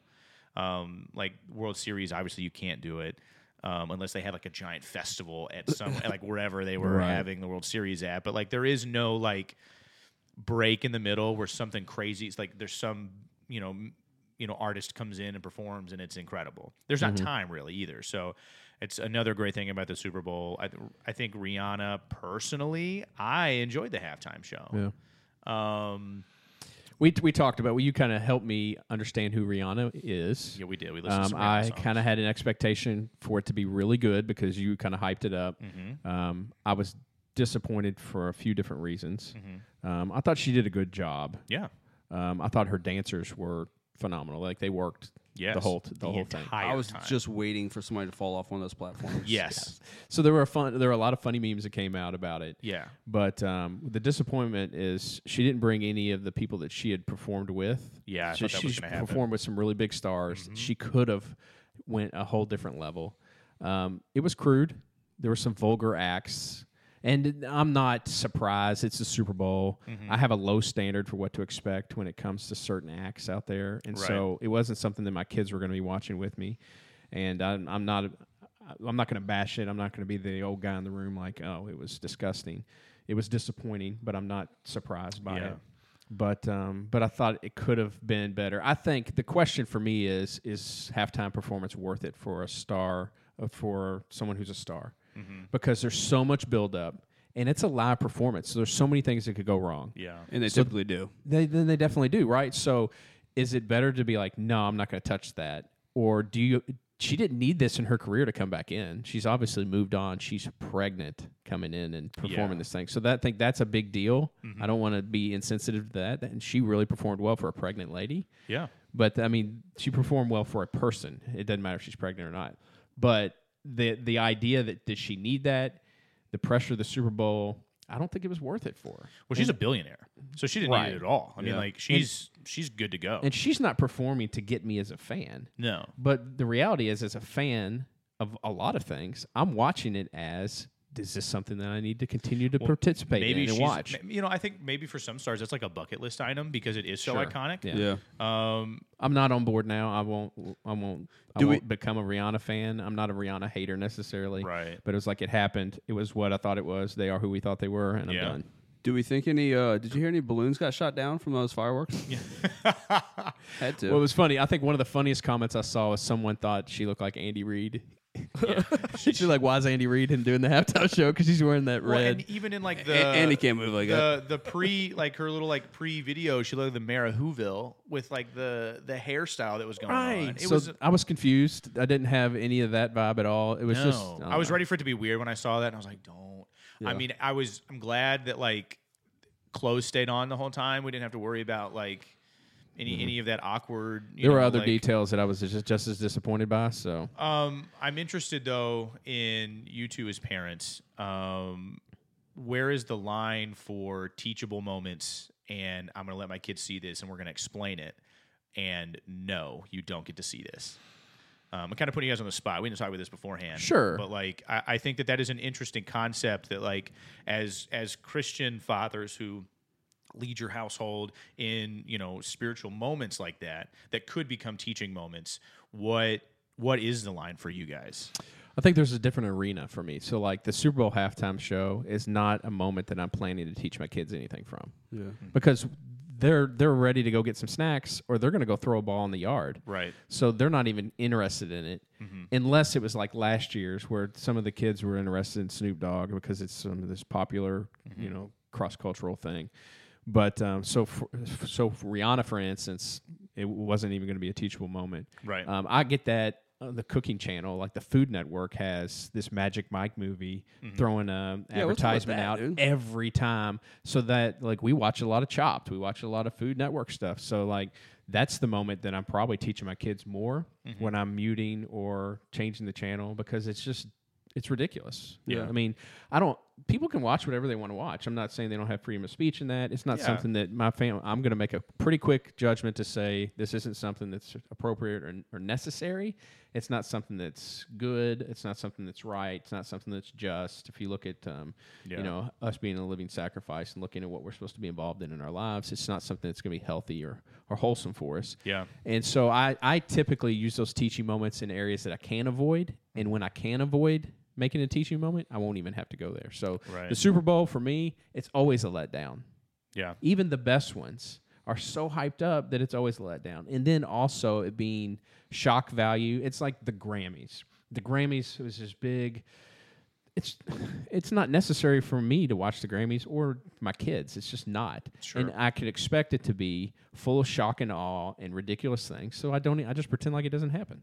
A: Um, like World Series, obviously you can't do it um, unless they had like a giant festival at some like wherever they were
B: Right.
A: having the World Series at. But like there is no like break in the middle where something crazy. It's like there's some you know m- you know artist comes in and performs and it's incredible. There's
B: Mm-hmm.
A: not time really either. So it's another great thing about the Super Bowl. I, th- I think Rihanna personally, I enjoyed the halftime show. Yeah. Um,
B: we we talked about. Well, you kind of helped me understand who Rihanna is.
A: yeah, we did. We listened. to
B: Um,
A: some Rihanna
B: I
A: songs.
B: kind of had an expectation for it to be really good because you kind of hyped it up.
A: Mm-hmm.
B: Um, I was disappointed for a few different reasons.
A: Mm-hmm.
B: Um, I thought she did a good job.
A: yeah.
B: Um, I thought her dancers were phenomenal. Like they worked
A: Yes.
B: the whole the, whole thing.
A: entire
C: I was
A: time.
C: just waiting for somebody to fall off one of those platforms.
A: yes.
B: So there were fun. There were a lot of funny memes that came out about it.
A: Yeah.
B: But um, the disappointment is she didn't bring any of the people that she had performed with.
A: Yeah, I
B: so
A: thought that
B: she
A: was gonna happen. Mm-hmm.
B: performed with some really big stars. She could have went a whole different level. Um, it was crude. There were some vulgar acts, and I'm not surprised. It's the Super Bowl.
A: Mm-hmm.
B: I have a low standard for what to expect when it comes to certain acts out there, and
A: Right.
B: so it wasn't something that my kids were going to be watching with me. And I'm, I'm not. I'm not going to bash it. I'm not going to be the old guy in the room like, oh, it was disgusting. It was disappointing, but I'm not surprised by
A: Yeah.
B: it. But um, but I thought it could have been better. I think the question for me is is halftime performance worth it for a star uh, for someone who's a star? Because there's so much buildup and it's a live performance. So there's so many things that could go wrong.
A: Yeah.
C: and they typically do.
B: They then they definitely do, right? So is it better to be like, no, I'm not going to touch that, or do you? She didn't need this in her career to come back in. She's obviously moved on. She's pregnant coming in and performing
A: Yeah. Mm-hmm.
B: this thing. So that I think that's a big deal. I don't want to be insensitive to that. And she really performed well for a pregnant lady.
A: Yeah.
B: But I mean, she performed well for a person. It doesn't matter if she's pregnant or not. But the the idea that did she need that, the pressure of the Super Bowl, I don't think it was worth it for her.
A: Well, she's a billionaire, so she didn't
B: Right.
A: need it at all. I mean,
C: Yeah.
A: like she's she's good to go.
B: and she's not performing to get me as a fan.
A: no.
B: But the reality is, as a fan of a lot of things, I'm watching it as is this something that I need to continue to participate
A: Maybe
B: in and
A: she's,
B: watch?
A: ma- you know, I think maybe for some stars that's like a bucket list item because it is so
B: Sure.
A: iconic.
B: Yeah.
C: Yeah.
A: Um,
B: I'm not on board now. I won't. I won't. I
C: Do we-
B: won't become a Rihanna fan. I'm not a Rihanna hater necessarily.
A: Right.
B: But it was like it happened. It was what I thought it was. They are who we thought they were, and
A: Yeah.
B: I'm done.
C: Do we think any? Uh, did you hear any balloons got shot down from those fireworks? Had to.
B: Well, it was funny. I think one of the funniest comments I saw was someone thought she looked like Andy Reid. She's like, why is Andy Reid him doing the halftime show? Because she's wearing that
A: well,
B: red.
A: and even in like the
C: A- and he can't move like that.
A: the the pre like her little like pre video, she looked like the mayor of Whoville with like the the hairstyle that was going on. It
B: so
A: was
B: I was confused. I didn't have any of that vibe at all. It was
A: no.
B: just don't
A: I was
B: know.
A: ready for it to be weird when I saw that, and I was like, don't. I mean, I was. I'm glad that like clothes stayed on the whole time. We didn't have to worry about like any any of that awkward. You
B: Mm-hmm. There were
A: know,
B: other
A: like-
B: details that I was just, just as disappointed by. So
A: Um, I'm interested though in you two as parents. Um, where is the line for teachable moments? And I'm going to let my kids see this, and we're going to explain it. And no, you don't get to see this. Um, I'm kind of putting you guys on the spot. We didn't talk about this beforehand,
B: Sure.
A: But like, I, I think that that is an interesting concept. That like, as as Christian fathers who lead your household in you know spiritual moments like that that could become teaching moments what what is the line for you guys
B: I think there's a different arena for me. So like the Super Bowl halftime show is not a moment that I'm planning to teach my kids anything from
C: yeah.
A: Hmm.
B: because they're they're ready to go get some snacks or they're going to go throw a ball in the yard.
A: right
B: So they're not even interested in it, unless it was like last year's where some of the kids were interested in Snoop Dogg because it's some of this popular, you know, cross cultural thing. But um, so for, so for Rihanna, for instance, it wasn't even going to be a teachable moment.
A: Right.
B: Um, I get that. uh, the cooking channel, like the Food Network, has this Magic Mike movie throwing an
C: Yeah, what's up with
B: advertisement
C: that,
B: out
C: dude?
B: every time, so that like we watch a lot of Chopped, we watch a lot of Food Network stuff. So like that's the moment that I'm probably teaching my kids more when I'm muting or changing the channel because it's just it's ridiculous.
C: Yeah.
B: I mean, I don't. People can watch whatever they want to watch. I'm not saying they don't have freedom of speech in that. It's not
A: Yeah.
B: something that my family. I'm going to make a pretty quick judgment to say this isn't something that's appropriate or, or necessary. It's not something that's good. It's not something that's right. It's not something that's just. If you look at, um,
A: Yeah.
B: you know, us being a living sacrifice and looking at what we're supposed to be involved in in our lives, it's not something that's going to be healthy or or wholesome for us.
A: Yeah.
B: And so I, I typically use those teaching moments in areas that I can avoid. And when I can avoid making a teaching moment, I won't even have to go there. So
A: Right.
B: the Super Bowl for me, it's always a letdown.
A: Yeah.
B: Even the best ones are so hyped up that it's always a letdown. And then also it being shock value. It's like the Grammys. The Grammys was this big. It's it's not necessary for me to watch the Grammys or my kids. It's just not.
A: Sure.
B: And I could expect it to be full of shock and awe and ridiculous things. So I don't. e, I just pretend like it doesn't happen.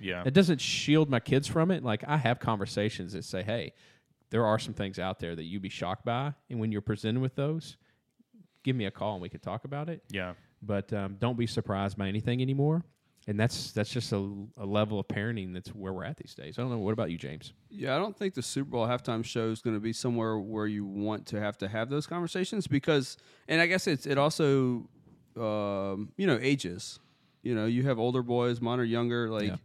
A: Yeah.
B: It doesn't shield my kids from it. Like I have conversations that say, "Hey, there are some things out there that you'd be shocked by, and when you're presented with those, give me a call and we could talk about it."
A: Yeah.
B: But um, don't be surprised by anything anymore. And that's that's just a, a level of parenting that's where we're at these days. I don't know. What about you, James?
C: Yeah, I don't think the Super Bowl halftime show is going to be somewhere where you want to have to have those conversations because, and I guess it's it also, um, you know, ages. You know, you have older boys, mine are younger. Like,
B: Yeah.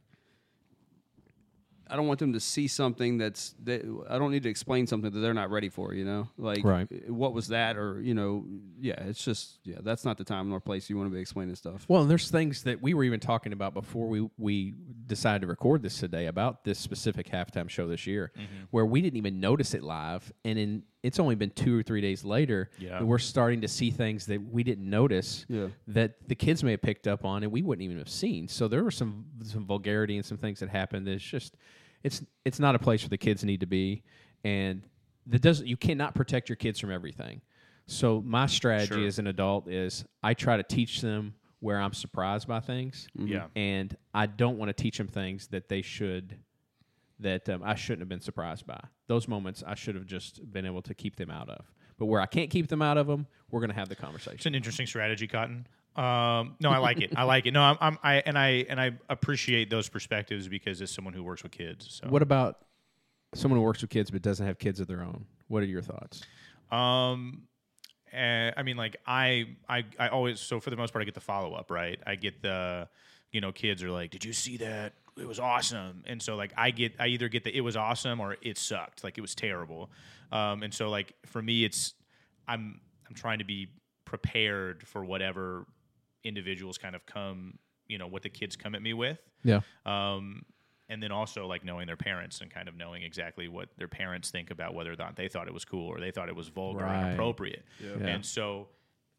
C: I don't want them to see something that's that I don't need to explain something that they're not ready for. You know, like
B: Right.
C: what was that, or you know, yeah, it's just yeah, that's not the time nor place you want to be explaining stuff.
B: Well, and there's things that we were even talking about before we we decided to record this today about this specific halftime show this year, where we didn't even notice it live, and in it's only been two or three days later,
A: Yeah.
B: and we're starting to see things that we didn't notice
C: Yeah.
B: that the kids may have picked up on and we wouldn't even have seen. So there were some some vulgarity and some things that happened. That's just it's it's not a place where the kids need to be, and that doesn't you cannot protect your kids from everything. So my strategy
A: Sure.
B: as an adult is I try to teach them where I'm surprised by things,
A: Yeah.
B: and I don't want to teach them things that they should that um, I shouldn't have been surprised by. Those moments I should have just been able to keep them out of. But where I can't keep them out of them, we're going to have the conversation.
A: It's an interesting strategy, Cotton. Um, no, I like it. I like it. No, I'm, I'm I and I and I appreciate those perspectives because as someone who works with kids, so
B: What about someone who works with kids but doesn't have kids of their own? What are your thoughts?
A: Um, eh, I mean, like I, I, I always so for the most part, I get the follow up, right? I get the, you know, kids are like, "Did you see that? It was awesome." And so like I get, I either get the it was awesome or it sucked, like it was terrible. Um, and so like for me, it's I'm I'm trying to be prepared for whatever individuals kind of come, you know, what the kids come at me with.
B: Yeah.
A: Um, and then also like knowing their parents and kind of knowing exactly what their parents think about whether or not they thought it was cool or they thought it was vulgar
B: Right.
A: and appropriate.
B: Yeah.
A: And so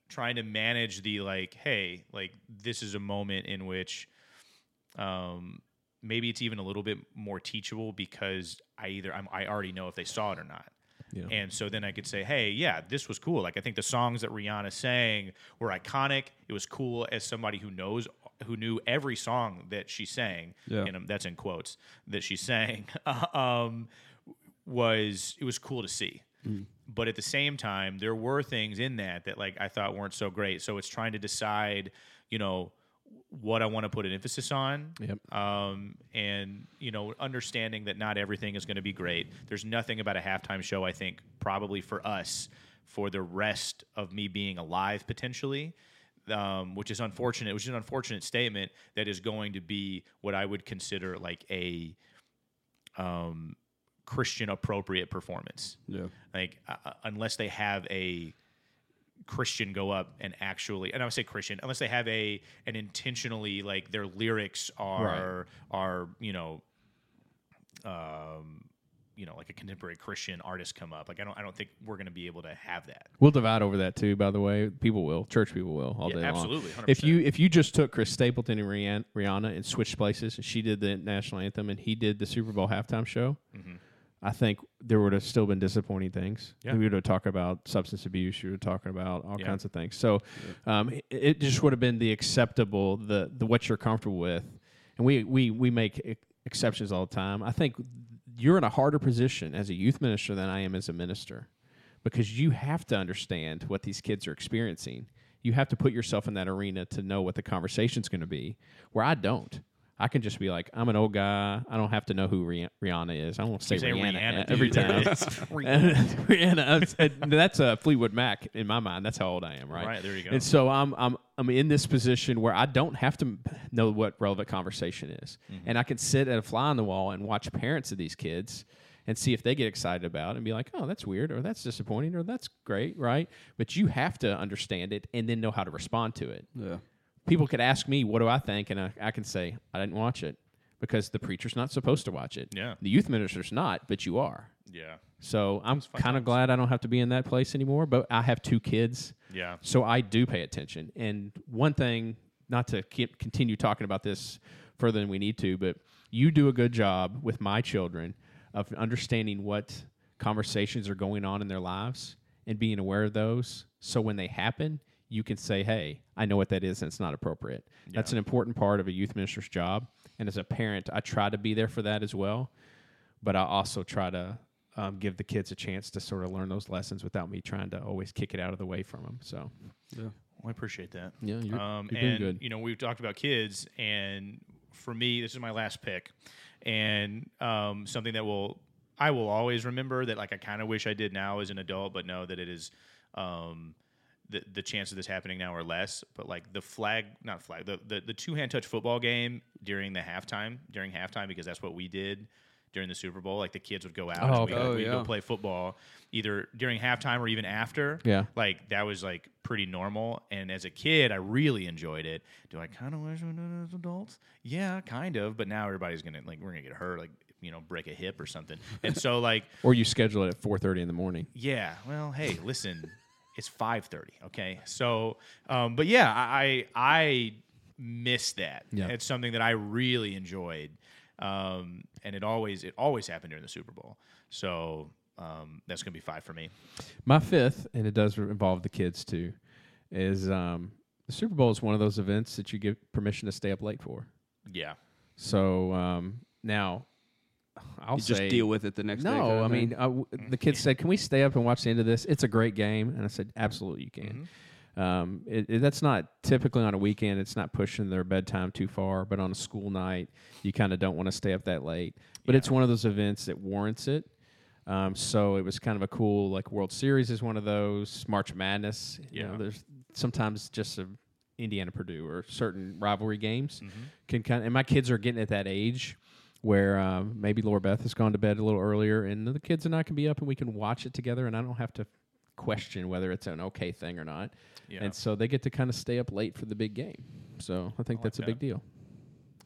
A: trying to manage the like, hey, like this is a moment in which um maybe it's even a little bit more teachable because I either I'm I already know if they saw it or not.
B: Yeah.
A: And so then I could say, hey, yeah, this was cool. Like I think the songs that Rihanna sang were iconic. It was cool as somebody who knows who knew every song that she sang.
C: Yeah.
A: And um, that's in quotes that she sang. um, was it was cool to see. But at the same time, there were things in that that like I thought weren't so great. So it's trying to decide, you know, what I want to put an emphasis on
B: Yep.
A: um, and you know understanding that not everything is going to be great there's nothing about a halftime show i think probably for us for the rest of me being alive potentially um, which is unfortunate which is an unfortunate statement that is going to be what i would consider like a um, christian appropriate performance
C: Yeah,
A: like uh, uh, unless they have a Christian go up and actually, and I would say Christian, unless they have a an intentionally like their lyrics are are you know, um, you know like a contemporary Christian artist come up. Like I don't I don't think we're gonna be able to have that.
B: We'll divide over that too. By the way, people will church people will all
A: Yeah,
B: day long.
A: absolutely, 100%.
B: If you if you just took Chris Stapleton and Rihanna, Rihanna and switched places, and she did the national anthem and he did the Super Bowl halftime show, I think there would have still been disappointing things.
A: Yeah.
B: We would have talked about substance abuse. You were talking about all
A: Yeah.
B: kinds of things. So, um, it, it just would have been the acceptable, the the what you're comfortable with, and we we we make. e, exceptions all the time. I think you're in a harder position as a youth minister than I am as a minister because you have to understand what these kids are experiencing. You have to put yourself in that arena to know what the conversation's going to be, where I don't. I can just be like, I'm an old guy. I don't have to know who Rih- Rihanna is. I won't say,
A: You say
B: Rihanna,
A: Rihanna,
B: every
A: dude.
B: time.
A: It's
B: Rihanna. I'm s- and that's a Fleetwood Mac in my mind. That's how old I am, right?
A: Right, there you go.
B: And so I'm I'm I'm in this position where I don't have to m- know what relevant conversation is, and I can sit at a fly on the wall and watch parents of these kids and see if they get excited about it and be like, oh, that's weird, or that's disappointing, or that's great, right? But you have to understand it and then know how to respond to it
C: Yeah.
B: people could ask me what do i think and i, I can say i didn't watch it because the preacher's not supposed to watch it
A: Yeah.
B: the youth minister's not but you are
A: Yeah.
B: so i'm kind of glad i don't have to be in that place anymore but i have two kids
A: Yeah.
B: so i do pay attention and one thing not to keep, continue talking about this further than we need to but you do a good job with my children of understanding what conversations are going on in their lives and being aware of those so when they happen you can say hey i know what that is and it's not appropriate that's an important part of a youth minister's job and as a parent i try to be there for that as well but I also try to um, give the kids a chance to sort of learn those lessons without me trying to always kick it out of the way from them. So
A: Well, I appreciate that.
B: Yeah, you're-
A: um,
B: you're doing
A: and,
B: good.
A: You know, we've talked about kids, and for me, this is my last pick, and um, something that will I will always remember that like I kind of wish I did now as an adult, but know that it is. Um, the, the chance of this happening now are less, but like the flag, not flag, the, the, the two hand touch football game during the halftime, during halftime, because that's what we did during the Super Bowl. Like the kids would go out,
B: Oh,
A: and we,
C: okay.
A: we'd
C: Oh,
A: go
C: yeah.
A: play football either during halftime or even after
B: Yeah.
A: like that was like pretty normal and as a kid i really enjoyed it do i kind of wish we did it as adults yeah kind of but now everybody's gonna like we're gonna get hurt like you know break a hip or something and so like
B: or you schedule it at four thirty in the morning.
A: yeah well hey listen it's 5.30 okay so um, but yeah i i I miss that
B: Yeah.
A: it's something that i really enjoyed um, and it always it always happened during the super bowl so um, that's gonna be five for me
B: My fifth, and it does involve the kids too, is um, the Super Bowl is one of those events that you give permission to stay up late for.
A: yeah
B: So um, now, I'll
C: You just
B: say-
C: deal with it the next day.
B: No, I mean, I w the kids said, "Can we stay up and watch the end of this? It's a great game." And I said, "Absolutely, you can." Um, it, it- that's not typically on a weekend. It's not pushing their bedtime too far, but on a school night, you kind of don't want to stay up that late. But it's one of those events that warrants it. Um, so it was kind of a cool like World Series is one of those March Madness. You know,
A: Yeah.
B: there's sometimes just a Indiana Purdue or certain rivalry games
A: Mm-hmm.
B: can kind and my kids are getting at that age where um, maybe Laura Beth has gone to bed a little earlier and the kids and I can be up and we can watch it together and I don't have to question whether it's an okay thing or not.
A: Yeah.
B: And so they get to kind of stay up late for the big game. So I think that's a
A: that.
B: big deal.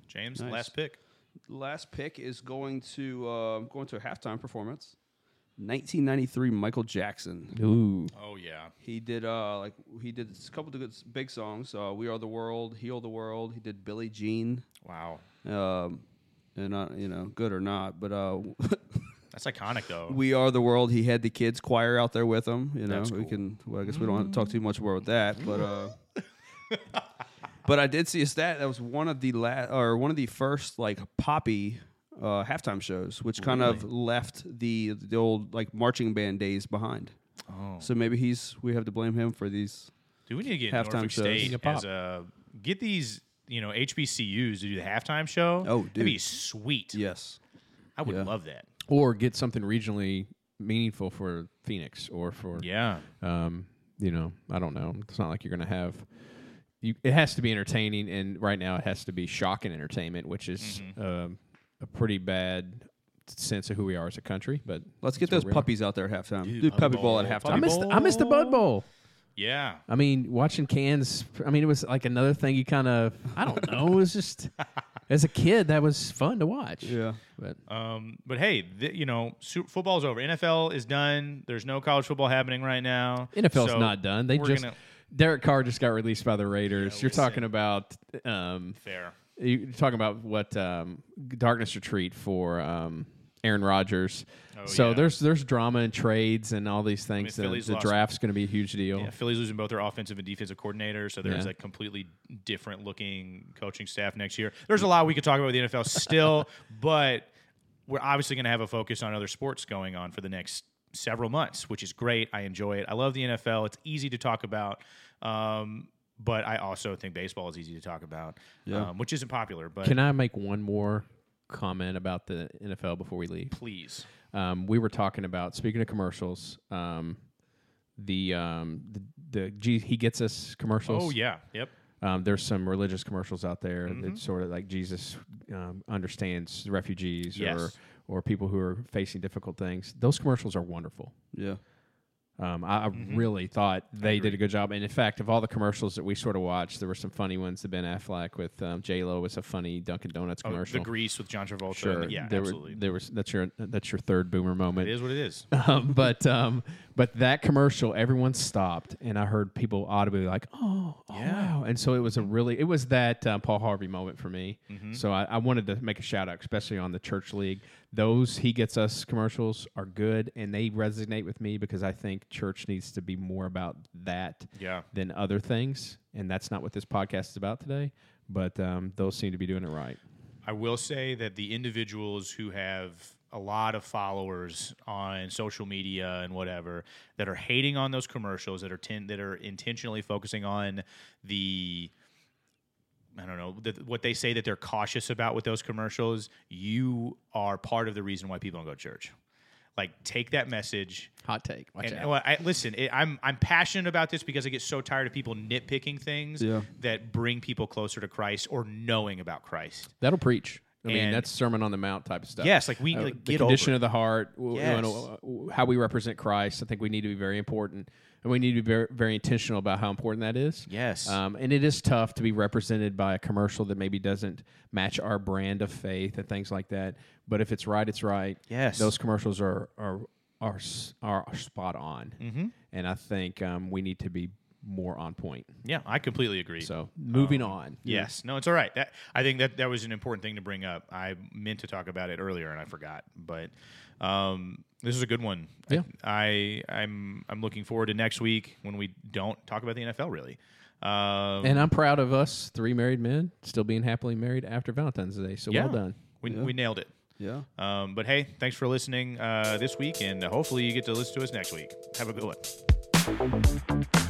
A: james
C: Nice.
A: last pick
C: last pick is going to um, going to a halftime performance. 1993 Michael Jackson.
B: Ooh.
A: oh yeah
C: He did uh like he did a couple of good s- big songs. Uh, we are the world, heal the world. He did Billie Jean,
A: Wow.
C: um, and not you know good or not, but uh,
A: That's iconic though.
C: we are the world. He had the kids choir out there with him. You know
A: That's
C: we
A: cool.
C: can. Well, I guess we don't have to talk too much about that, but uh, but I did see a stat that was one of the la- or one of the first like poppy. Uh, halftime shows, which kind of left the the old like marching band days behind.
A: oh.
C: So maybe he's we have to blame him for these
A: Do we need to get
C: Halftime
A: Norfolk
C: shows.
A: State
B: Need a pop.
A: as a get these, you know, HBCUs to do the halftime show?
C: Oh,
A: That'd be
C: dude.
A: sweet.
C: yes.
A: I would
C: yeah.
A: love that.
B: Or get something regionally meaningful for Phoenix or for
A: Yeah.
B: um, you know, I don't know. It's not like you're going to have. You, it has to be entertaining, and right now it has to be shock and entertainment, which is
A: Mm-hmm.
B: um, a pretty bad sense of who we are as a country. But
C: Let's get
B: that's
C: those
B: where we are.
C: puppies out there at halftime.
A: Dude,
C: Do
A: puppy
C: puppy ball,
A: bowl,
C: at
A: puppy
B: I
C: halftime.
B: missed. I missed the Bud Bowl.
A: Yeah.
B: I mean, watching cans. I mean, it was like another thing you kind of. I don't know. It was just as a kid that was fun to watch.
C: Yeah.
B: But
A: Um, but hey, th- you know, su- football's over. NFL is done. There's no college football happening right now.
B: NFL's
A: So
B: not done. They
A: we're
B: just
A: gonna-
B: Derek Carr just got released by the Raiders. You're talking about um,
A: fair.
B: You're talking about what um, Darkness Retreat for um, Aaron Rodgers.
A: Oh,
B: so
A: yeah.
B: there's there's drama and trades and all these things. The-
A: Philly's
B: the
A: lost-
B: draft's going to be a huge deal.
A: Yeah, Philly's losing both their offensive and defensive coordinators, so there's
B: Oh. Yeah.
A: a completely different looking coaching staff next year. There's a lot we could talk about with the NFL still, but we're obviously going to have a focus on other sports going on for the next several months, which is great. I enjoy it. I love the NFL. It's easy to talk about. Um, but I also think baseball is easy to talk about, um, which isn't popular. But
B: Can I make one more comment about the NFL before we leave?
A: please,
B: um, we were talking about speaking of commercials um, the um, the, the G, he gets us commercials
A: oh yeah, yep,
B: um, there's some religious commercials out there
A: Mm-hmm.
B: that sort of like jesus um, understands refugees
A: Yes.
B: or or people who are facing difficult things those commercials are wonderful
C: Yeah.
B: um, I I
A: Mm-hmm.
B: really thought they did a good job, and in fact, of all the commercials that we sort of watched, there were some funny ones. The Ben Affleck with um, J Lo was a funny Dunkin' Donuts
A: oh,
B: commercial.
A: the Grease with John Travolta.
B: sure,
A: yeah,
B: there were-
A: absolutely.
B: there was that's your that's your third boomer moment.
A: it is what it is.
B: um, but um, but that commercial, everyone stopped, and I heard people audibly like, "Oh, oh, wow!" And so it was a really, it was that uh, Paul Harvey moment for me.
A: Mm-hmm.
B: So I, I wanted to make a shout out, especially on the Church League. Those he gets us commercials are good, and they resonate with me because I think church needs to be more about that
A: Yeah.
B: than other things, and that's not what this podcast is about today. But um, those seem to be doing it right.
A: I will say that the individuals who have a lot of followers on social media and whatever that are hating on those commercials that are ten, that are intentionally focusing on the I don't know the, what they say that they're cautious about with those commercials. You are part of the reason why people don't go to church. Like take that message
B: Hot take. Watch
A: and, well, I, listen, it, I'm I'm passionate about this because I get so tired of people nitpicking things
C: Yeah.
A: that bring people closer to Christ or knowing about Christ.
B: That'll preach. I mean,
A: And-
B: that's Sermon on the Mount type of stuff.
A: Yes, like we
B: Uh,
A: like,
B: the
A: get
B: condition
A: over. it.
B: of the heart, w- you
A: Yes.
B: know, uh, how we represent Christ. I think we need to be very important, and we need to be very, very intentional about how important that is.
A: Yes.
B: um, and it is tough to be represented by a commercial that maybe doesn't match our brand of faith and things like that. But if it's right, it's right.
A: Yes.
B: those commercials are are are s- are spot on, mm-hmm. and I think um, we need to be more on point.
A: yeah, I completely agree.
B: So moving on.
A: Oh. Yes, no, it's all right. That I think that that was an important thing to bring up. I meant to talk about it earlier and I forgot, but um, this is a good one.
B: Yeah.
A: I, I I'm I'm looking forward to next week when we don't talk about the NFL really. Um,
B: And I'm proud of us three married men still being happily married after Valentine's Day. So
A: yeah,
B: well done.
A: We, we nailed it.
C: Yeah.
A: Um, but hey, thanks for listening uh, this week, and hopefully you get to listen to us next week. Have a good one.